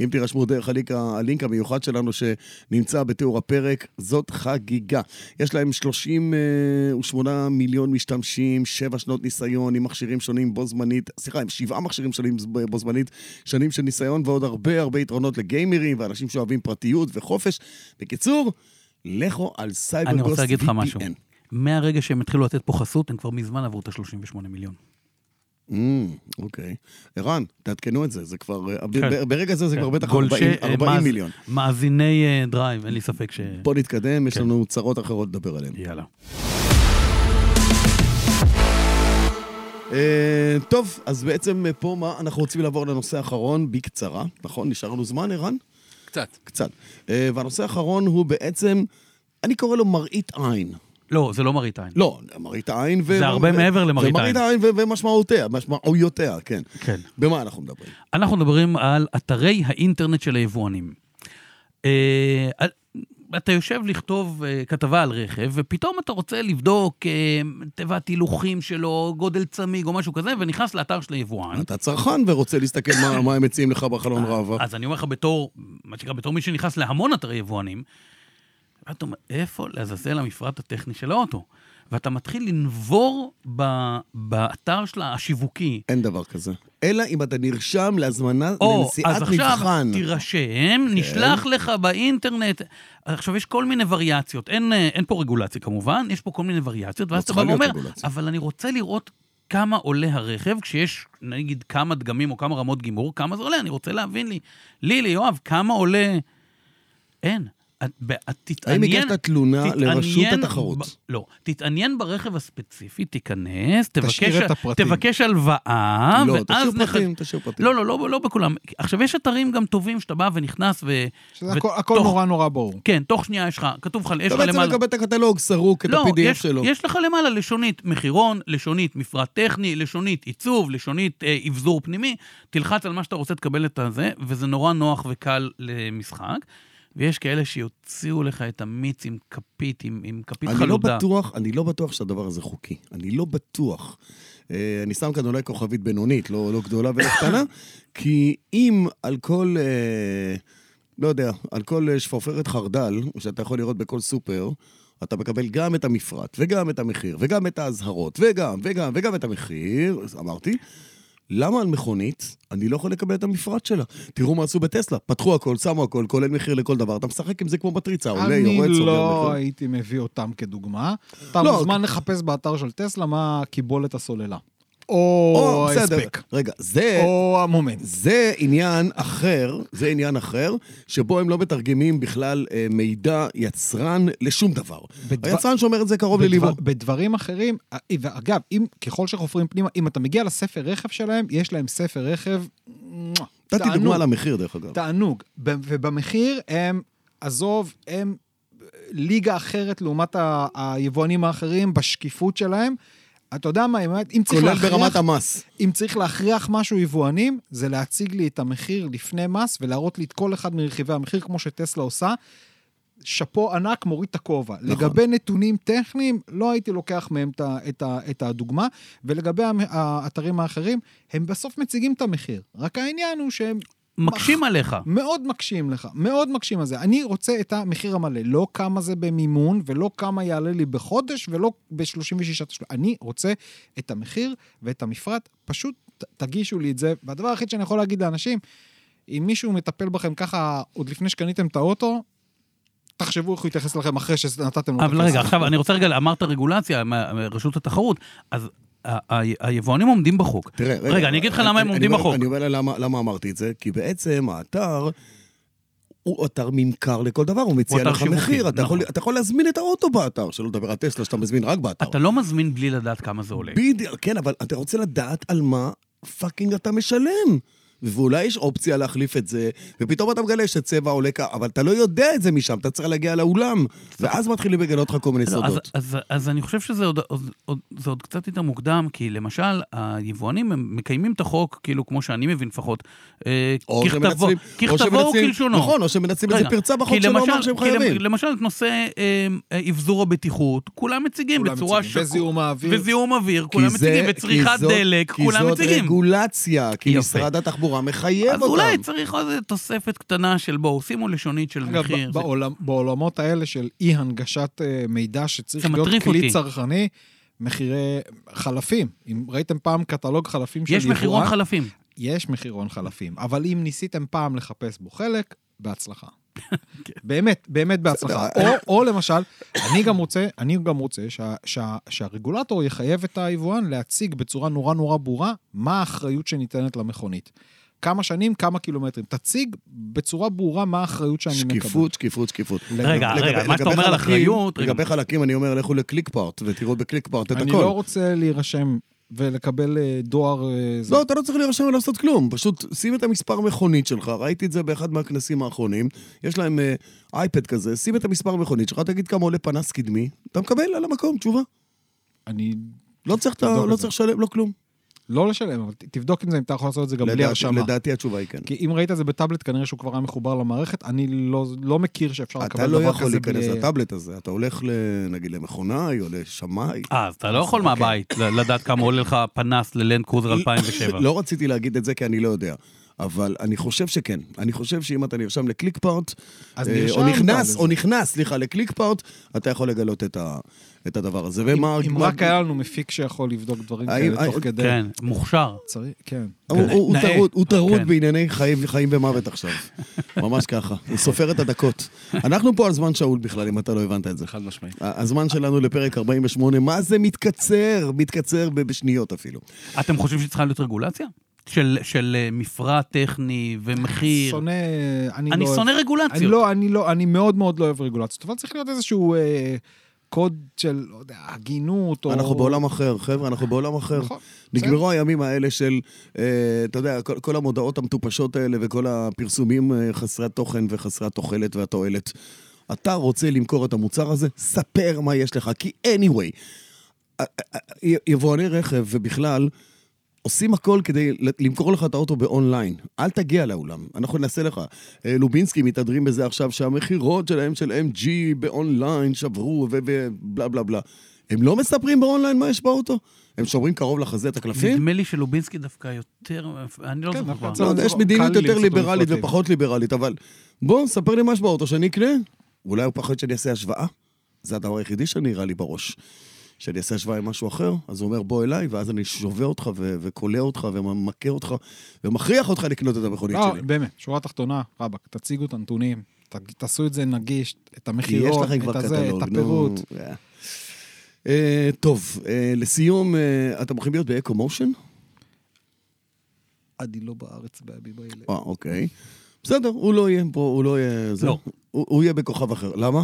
אם תירשמו דרך הלינק, הלינק המיוחד שלנו שנמצא בתיאור הפרק, זאת חגיגה. יש להם 38 מיליון משתמשים, שבע שנות ניסיון עם מכשירים שונים בו זמנית, סליחה, עם שבעה מכשירים שונים בו זמנית, שנים של ניסיון ועוד הרבה הרבה יתרונות לגיימרים ואנשים שאוהבים פרטיות וחופש. בקיצור, לכו על סייברגוס VPN.
אני רוצה להגיד לך משהו. מהרגע שהם התחילו לתת פה חסות, הם כבר מזמן עברו את ה-38 מיליון.
אמ, אוקיי. ערן, תעדכנו את זה, זה כבר... אה, ב- ב- ברגע זה זה כבר בטח
כן. גולשי,
40
אה,
40
מאז-
מיליון.
מאזיני אה, דרייב, אין לי ספק ש...
בוא נתקדם,
כן.
יש לנו צרות אחרות לדבר עליהן.
יאללה.
אה, טוב, אז בעצם אה, פה מה, אנחנו רוצים לעבור לנושא האחרון בקצרה, נכון? נשאר לנו זמן, ערן?
קצת.
קצת. אה, והנושא האחרון הוא בעצם, אני קורא לו מראית עין.
לא, זה לא מראית עין.
לא, מראית עין ו... אה,
זה הרבה מעבר למראית
זה מראית עין ו- ומשמעותיה, משמעויותיה, כן.
כן.
במה אנחנו מדברים?
אנחנו מדברים על אתרי האינטרנט של היבואנים. אה, על- אתה יושב לכתוב אה, כתבה על רכב, ופתאום אתה רוצה לבדוק אה, תיבת הילוכים שלו, גודל צמיג או משהו כזה, ונכנס לאתר של היבואן.
אתה צרכן ורוצה להסתכל מה- מה הם מציעים לך בחלון
אה,
ראווה.
אז אני אומר לך בתור, מה שנקרא, בתור מי שנכנס להמון אתרי יבואנים, ואתה אומר, איפה לעזאזל המפרט הטכני של האוטו? ואתה מתחיל לנבור ב, באתר שלה השיווקי.
אין דבר כזה. אלא אם אתה נרשם להזמנה
או,
לנסיעת
אז עכשיו
מבחן. כן.
תירשם, נשלח לך באינטרנט. עכשיו, יש כל מיני וריאציות. אין, אה, אין פה רגולציה כמובן, יש פה כל מיני וריאציות, ואז אתה
צריכה
בא
להיות
ואומר,
רגולציה.
אבל אני רוצה לראות כמה עולה הרכב, כשיש נגיד כמה דגמים או כמה רמות גימור, כמה זה עולה, אני רוצה להבין לי. לי, ליואב, כמה עולה... אין. את- ב- את
האם
תתעניין...
הגשת תלונה לרשות
תתעניין
התחרות?
ב- לא. תתעניין ברכב הספציפי, תיכנס, תבקש,
תשאיר את הפרטים.
תבקש הלוואה,
לא,
אה, ואז
תשאיר
נח-
פרטים, תשאיר פרטים.
לא, לא, לא, לא בכולם. עכשיו, יש אתרים גם טובים שאתה בא ונכנס ו...
שזה הכל, הכל
ותוך-
נורא נורא ברור.
כן, תוך שנייה יש לך, כתוב לך, יש
אתה
לך
בעצם
למעלה...
מקבל את הקטלוג סרוק, את
לא,
ה-PDF
יש,
שלו.
יש לך למעלה לשונית מחירון, לשונית מפרט טכני, לשונית עיצוב, לשונית אה, אבזור פנימי, תלחץ על מה שאתה רוצה, תקבל את הזה, וזה נורא נוח וקל למשחק. ויש כאלה שיוציאו לך את המיץ עם כפית, עם, עם כפית
אני לא
חלודה.
בטוח, אני לא בטוח שהדבר הזה חוקי. אני לא בטוח. אה, אני שם כאן אולי כוכבית בינונית, לא, לא גדולה ולא קטנה, כי אם על כל, אה, לא יודע, על כל אה, שפופרת חרדל, שאתה יכול לראות בכל סופר, אתה מקבל גם את המפרט, וגם את המחיר, וגם את האזהרות, וגם, וגם, וגם את המחיר, אז אמרתי. למה על מכונית אני לא יכול לקבל את המפרט שלה? תראו מה עשו בטסלה, פתחו הכל, שמו הכל, כולל מחיר לכל דבר, אתה משחק עם זה כמו מטריצה, עולה,
אני
יורד, סוגר.
לא
מחיר.
הייתי מביא אותם כדוגמה. אתה
לא,
מוזמן לחפש באתר של טסלה מה קיבולת הסוללה. או
בסדר. אה,
ההספק.
רגע, זה...
או המומנט.
זה עניין אחר, זה עניין אחר, שבו הם לא מתרגמים בכלל אה, מידע יצרן לשום דבר.
בדבר-
היצרן שומר את זה קרוב לליבו.
בדבר- בדברים אחרים, אה, ואגב, אם, ככל שחופרים פנימה, אם אתה מגיע לספר רכב שלהם, יש להם ספר רכב...
נתתי
תענוג.
דוגמה על המחיר, דרך אגב.
תענוג. ב- ובמחיר הם, עזוב, הם אה, ליגה אחרת לעומת ה- היבואנים האחרים בשקיפות שלהם. אתה יודע מה, אם, אם צריך
כולל ברמת
להכריח,
המס.
אם צריך להכריח משהו יבואנים, זה להציג לי את המחיר לפני מס ולהראות לי את כל אחד מרכיבי המחיר, כמו שטסלה עושה. שאפו ענק, מוריד את הכובע. נכון. לגבי נתונים טכניים, לא הייתי לוקח מהם את, ה- את, ה- את הדוגמה. ולגבי המ- האתרים האחרים, הם בסוף מציגים את המחיר. רק העניין הוא שהם
מקשים עליך.
מאוד מקשים לך, מאוד מקשים על זה. אני רוצה את המחיר המלא, לא כמה זה במימון, ולא כמה יעלה לי בחודש, ולא ב-36 תשלומים. אני רוצה את המחיר ואת המפרט, פשוט ת- תגישו לי את זה. והדבר היחיד שאני יכול להגיד לאנשים, אם מישהו מטפל בכם ככה עוד לפני שקניתם את האוטו, תחשבו איך הוא יתייחס לכם אחרי שנתתם לו את
אבל רגע,
הכסף.
עכשיו, אני רוצה רגע, אמרת רגולציה, מה- רשות התחרות, אז ה- ה- היבואנים עומדים בחוק.
תראה, רגע.
רגע, אני אגיד לך למה הם
אני
עומדים
אומר-
בחוק.
אני אומר למה למה אמרתי את זה, כי בעצם האתר... הוא אתר ממכר לכל דבר, הוא מציע
אתר
לך
שיווקי,
מחיר, אתה יכול-
נכון.
אתה יכול להזמין את האוטו באתר, שלא לדבר על טסלה שאתה מזמין רק באתר.
אתה לא מזמין בלי לדעת כמה זה עולה.
בדיוק, כן, אבל אתה רוצה לדעת על מה פאקינג אתה משלם. ואולי יש אופציה להחליף את זה, ופתאום אתה מגלה שצבע עולה ככה, אבל אתה לא יודע את זה משם, אתה צריך להגיע לאולם. ואז מתחילים לגלות לך כל מיני
לא, אז-
סודות.
אז- אז אני חושב שזה עוד- עוד- עוד- זה עוד קצת יותר מוקדם, כי למשל, היבואנים הם מקיימים את החוק, כאילו, כמו שאני מבין לפחות, אה,
או
ככתבו
שמנצלים- או
ככתבו
שמנצלים-
וכלשונו.
נכון, או שמנצלים איזה
רגע,
פרצה
כי
בחוק שלא אומר
למשל-
שהם
כי למ-
חייבים.
למשל, את נושא אה, אה, אבזור הבטיחות, כולם מציגים
כולם
בצורה...
מציגים.
שקו-
וזיהום האוויר.
וזיהום אוויר, כולם
כי זה-
מציגים,
כי
וצריכת
זאת-
דלק, כולם
כי זאת
מציגים.
רגולציה, כי
יפה.
משרד התחבורה מחייב
אז
אותם.
אולי צריך עוד איזה תוספת קטנה של בואו, שימו לשונית של
אגב,
מחיר.
ב-
זה-
בעולם, בעולמות האלה של אי-הנגשת אה, מידע שצריך
זה
להיות
מטריף
כלי
אותי.
צרכני, מחירי חלפים. אם ראיתם פעם קטלוג חלפים של
יש מחירון
יבואן,
חלפים.
יש מחירון חלפים, אבל אם ניסיתם פעם לחפש בו חלק, בהצלחה.
כן.
באמת, באמת בהצלחה. או, או למשל, אני גם רוצה, אני גם רוצה שה, שה, שהרגולטור יחייב את היבואן להציג בצורה נורא נורא ברורה מה האחריות שניתנת למכונית. כמה שנים, כמה קילומטרים. תציג בצורה ברורה מה האחריות שאני מקבל.
שקיפות, שקיפות, שקיפות.
רגע,
לגבי-
רגע, מה שאתה
לגבי
אומר על
חלקים-
אחריות, רגע.
לגבי חלקים, אני אומר, לכו לקליקפארט, ותראו בקליקפארט את הכל.
אני לא רוצה להירשם ולקבל אה, דואר... אה, זה.
לא, אתה לא צריך להירשם ולעשות כלום, פשוט שים את המספר מכונית שלך, ראיתי את זה באחד מהכנסים האחרונים, יש להם אה, אייפד כזה, שים את המספר מכונית שלך, תגיד כמה עולה פנס קדמי, אתה מקבל על המקום תשובה.
אני...
לא צריך את
תבדוק
ה-
את
לא
זה.
צריך לשלם, לא כלום.
לא לשלם, אבל ת- תבדוק עם זה אם אתה יכול לעשות את זה גם בלי
לדעתי-
הרשמה.
לדעתי התשובה היא כן.
כי אם ראית את זה בטאבלט, כנראה שהוא כבר היה מחובר למערכת. אני לא, לא מכיר שאפשר לקבל
אתה לא
דבר כזה
יכול להיכנס
בלי-
לטאבלט הזה, אתה הולך ל- נגיד למכונאי או לשמאי.
אה, אז אתה לא יכול מהבית לדעת כמה עולה לך פנס ללנד קרוזר 2007.
לא רציתי להגיד את זה כי אני לא יודע. אבל אני חושב שכן. אני חושב שאם אתה נרשם לקליקפארט,
אז
אה,
נרשמת
או נכנס,
לזה.
או נכנס, סליחה, לקליקפארט, אתה יכול לגלות את, ה, את הדבר הזה. ומה...
אם, אם
מה-
רק היה לנו מפיק שיכול לבדוק דברים
האם-
כאלה תוך
האם-
כדי...
כן, מוכשר.
צריך, כן.
הוא- הוא- הוא
נאה.
טרוד- הוא טרוד
כן.
בענייני חיים חיים ומוות עכשיו. ממש ככה. הוא סופר את הדקות. אנחנו פה על זמן שאול בכלל, אם אתה לא הבנת את זה.
חד משמעית.
ה- הזמן שלנו לפרק 48, מה זה מתקצר? מתקצר ב- בשניות אפילו.
אתם חושבים שצריכה להיות רגולציה? של- של אה, מפרט טכני ומחיר?
שונא... אני,
אני
לא
שונא
אוהב, אני
רגולציות.
לא, אני לא, אני מאוד מאוד לא אוהב רגולציות, אבל צריך להיות איזשהו אה, קוד של, לא יודע, הגינות, או...
אנחנו בעולם אחר, חבר'ה, אנחנו בעולם אחר.
נכון,
נגמרו הימים האלה של, אה, אתה יודע, כל, כל המודעות המטופשות האלה וכל הפרסומים אה, חסרי התוכן וחסרי התוחלת והתועלת. אתה רוצה למכור את המוצר הזה, ספר מה יש לך, כי anyway, ה- ה- ה- יבואני רכב ובכלל, עושים הכל כדי ל- למכור לך את האוטו באונליין. אל תגיע לאולם, אנחנו נעשה לך. אה, לובינסקי מתהדרים בזה עכשיו שהמכירות שלהם של MG באונליין שברו ובלה בלה בלה. הם לא מספרים באונליין מה יש באוטו? הם שומרים קרוב לחזה את הקלפים?
נדמה לי שלובינסקי דווקא יותר... אני לא
כן,
זוכר.
דווקא
כבר.
לא יודע, יש מדיניות
קל לי
יותר
לסתום
ליברלית
פרטים.
ופחות ליברלית, אבל בוא, ספר לי מה יש באוטו שאני אקנה. אולי הוא פחד שאני אעשה השוואה? זה הדבר היחידי שנראה לי בראש. שאני אעשה השוואה עם משהו אחר, אז הוא אומר בוא אליי, ואז אני שובה אותך ו- וכולא אותך ומכה אותך ומכריח אותך לקנות את המכונית
לא,
שלי.
באמת, שורה תחתונה, רבאק, תציגו את הנתונים, ת- תעשו את זה נגיש, את
כי יש
המחירון,
לכם
את
כבר
הזה, את
קטלוג, נו.
הפירוט.
אה. אה, טוב, אה, לסיום, אה, אתם הולכים להיות באקו מושן?
עדי לא בארץ בימים האלה.
אה, אוקיי. בסדר, הוא לא יהיה פה, הוא לא יהיה... זה.
לא.
הוא, הוא יהיה בכוכב אחר. למה?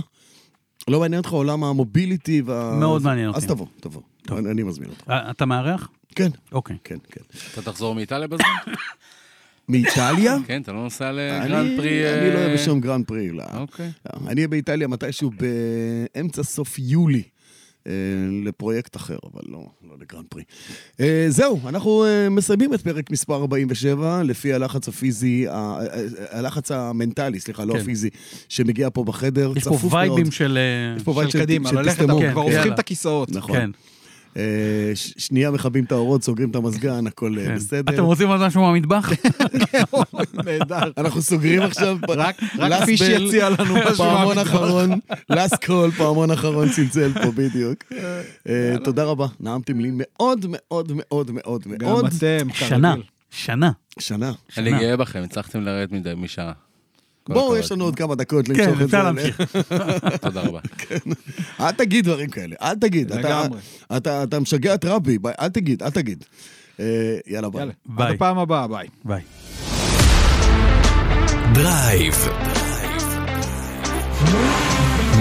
לא מעניין אותך עולם המוביליטי וה...
מאוד מעניין
אז
אותי.
תבוא, תבוא. אני, אני מזמין אותך.
אה, אתה מארח?
כן,
אוקיי.
כן, כן.
אתה תחזור מאיטליה בזמן?
מאיטליה?
כן, אתה לא נוסע
אני-
לגרנד פרי...
אני לא
אה,
אהיה בשום גרנד פרי, לא.
אוקיי.
לא, אני אהיה באיטליה מתישהו באמצע סוף יולי. אה, לפרויקט אחר, אבל לא, לא לגרנד פרי. אה, זהו, אנחנו אה, מסיימים את פרק מספר 47, לפי הלחץ הפיזי, ה- ה- הלחץ המנטלי, סליחה, לא
כן.
הפיזי, שמגיע פה בחדר.
יש פה
צפוף מאוד.
וייבים של... אה,
יש פה וייב
של קדימה, ללכת,
תסתמו.
אבל כבר
כן,
הופכים
יאללה.
את הכיסאות.
נכון.
כן.
אה, ש- שנייה מכבים את האורות, סוגרים את המזגן, הכל אה,
כן. אתם
בסדר.
רוצים עוד משהו מהמטבח?
אוי, נהדר.
אנחנו סוגרים עכשיו, פ-
רק
last
רק פיש
bell,
יציע לנו משהו
פעמון
מהמטבח.
אחרון, last call, פעמון אחרון צלצל פה בדיוק. אה, תודה רבה, נעמתם לי מאוד מאוד מאוד מאוד מאוד.
גם אתם,
שנה.
כרגיל.
שנה.
שנה.
אני
שנה.
גאה בכם, הצלחתם לרדת מדי משעה. כל
בואו,
הכבוד.
יש לנו עוד כמה דקות
כן,
למשוך את זה.
אפשר
עליהם.
להמשיך.
תודה רבה.
אל תגיד דברים כאלה, אל תגיד. אתה-
לגמרי.
אתה אתה משגע את רבי, ב- אל תגיד, אל תגיד. אה, יאללה, ביי.
יאללה, עד
ביי.
הפעם הבאה, ביי.
ביי.
דרייב.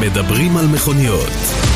מדברים על מכוניות.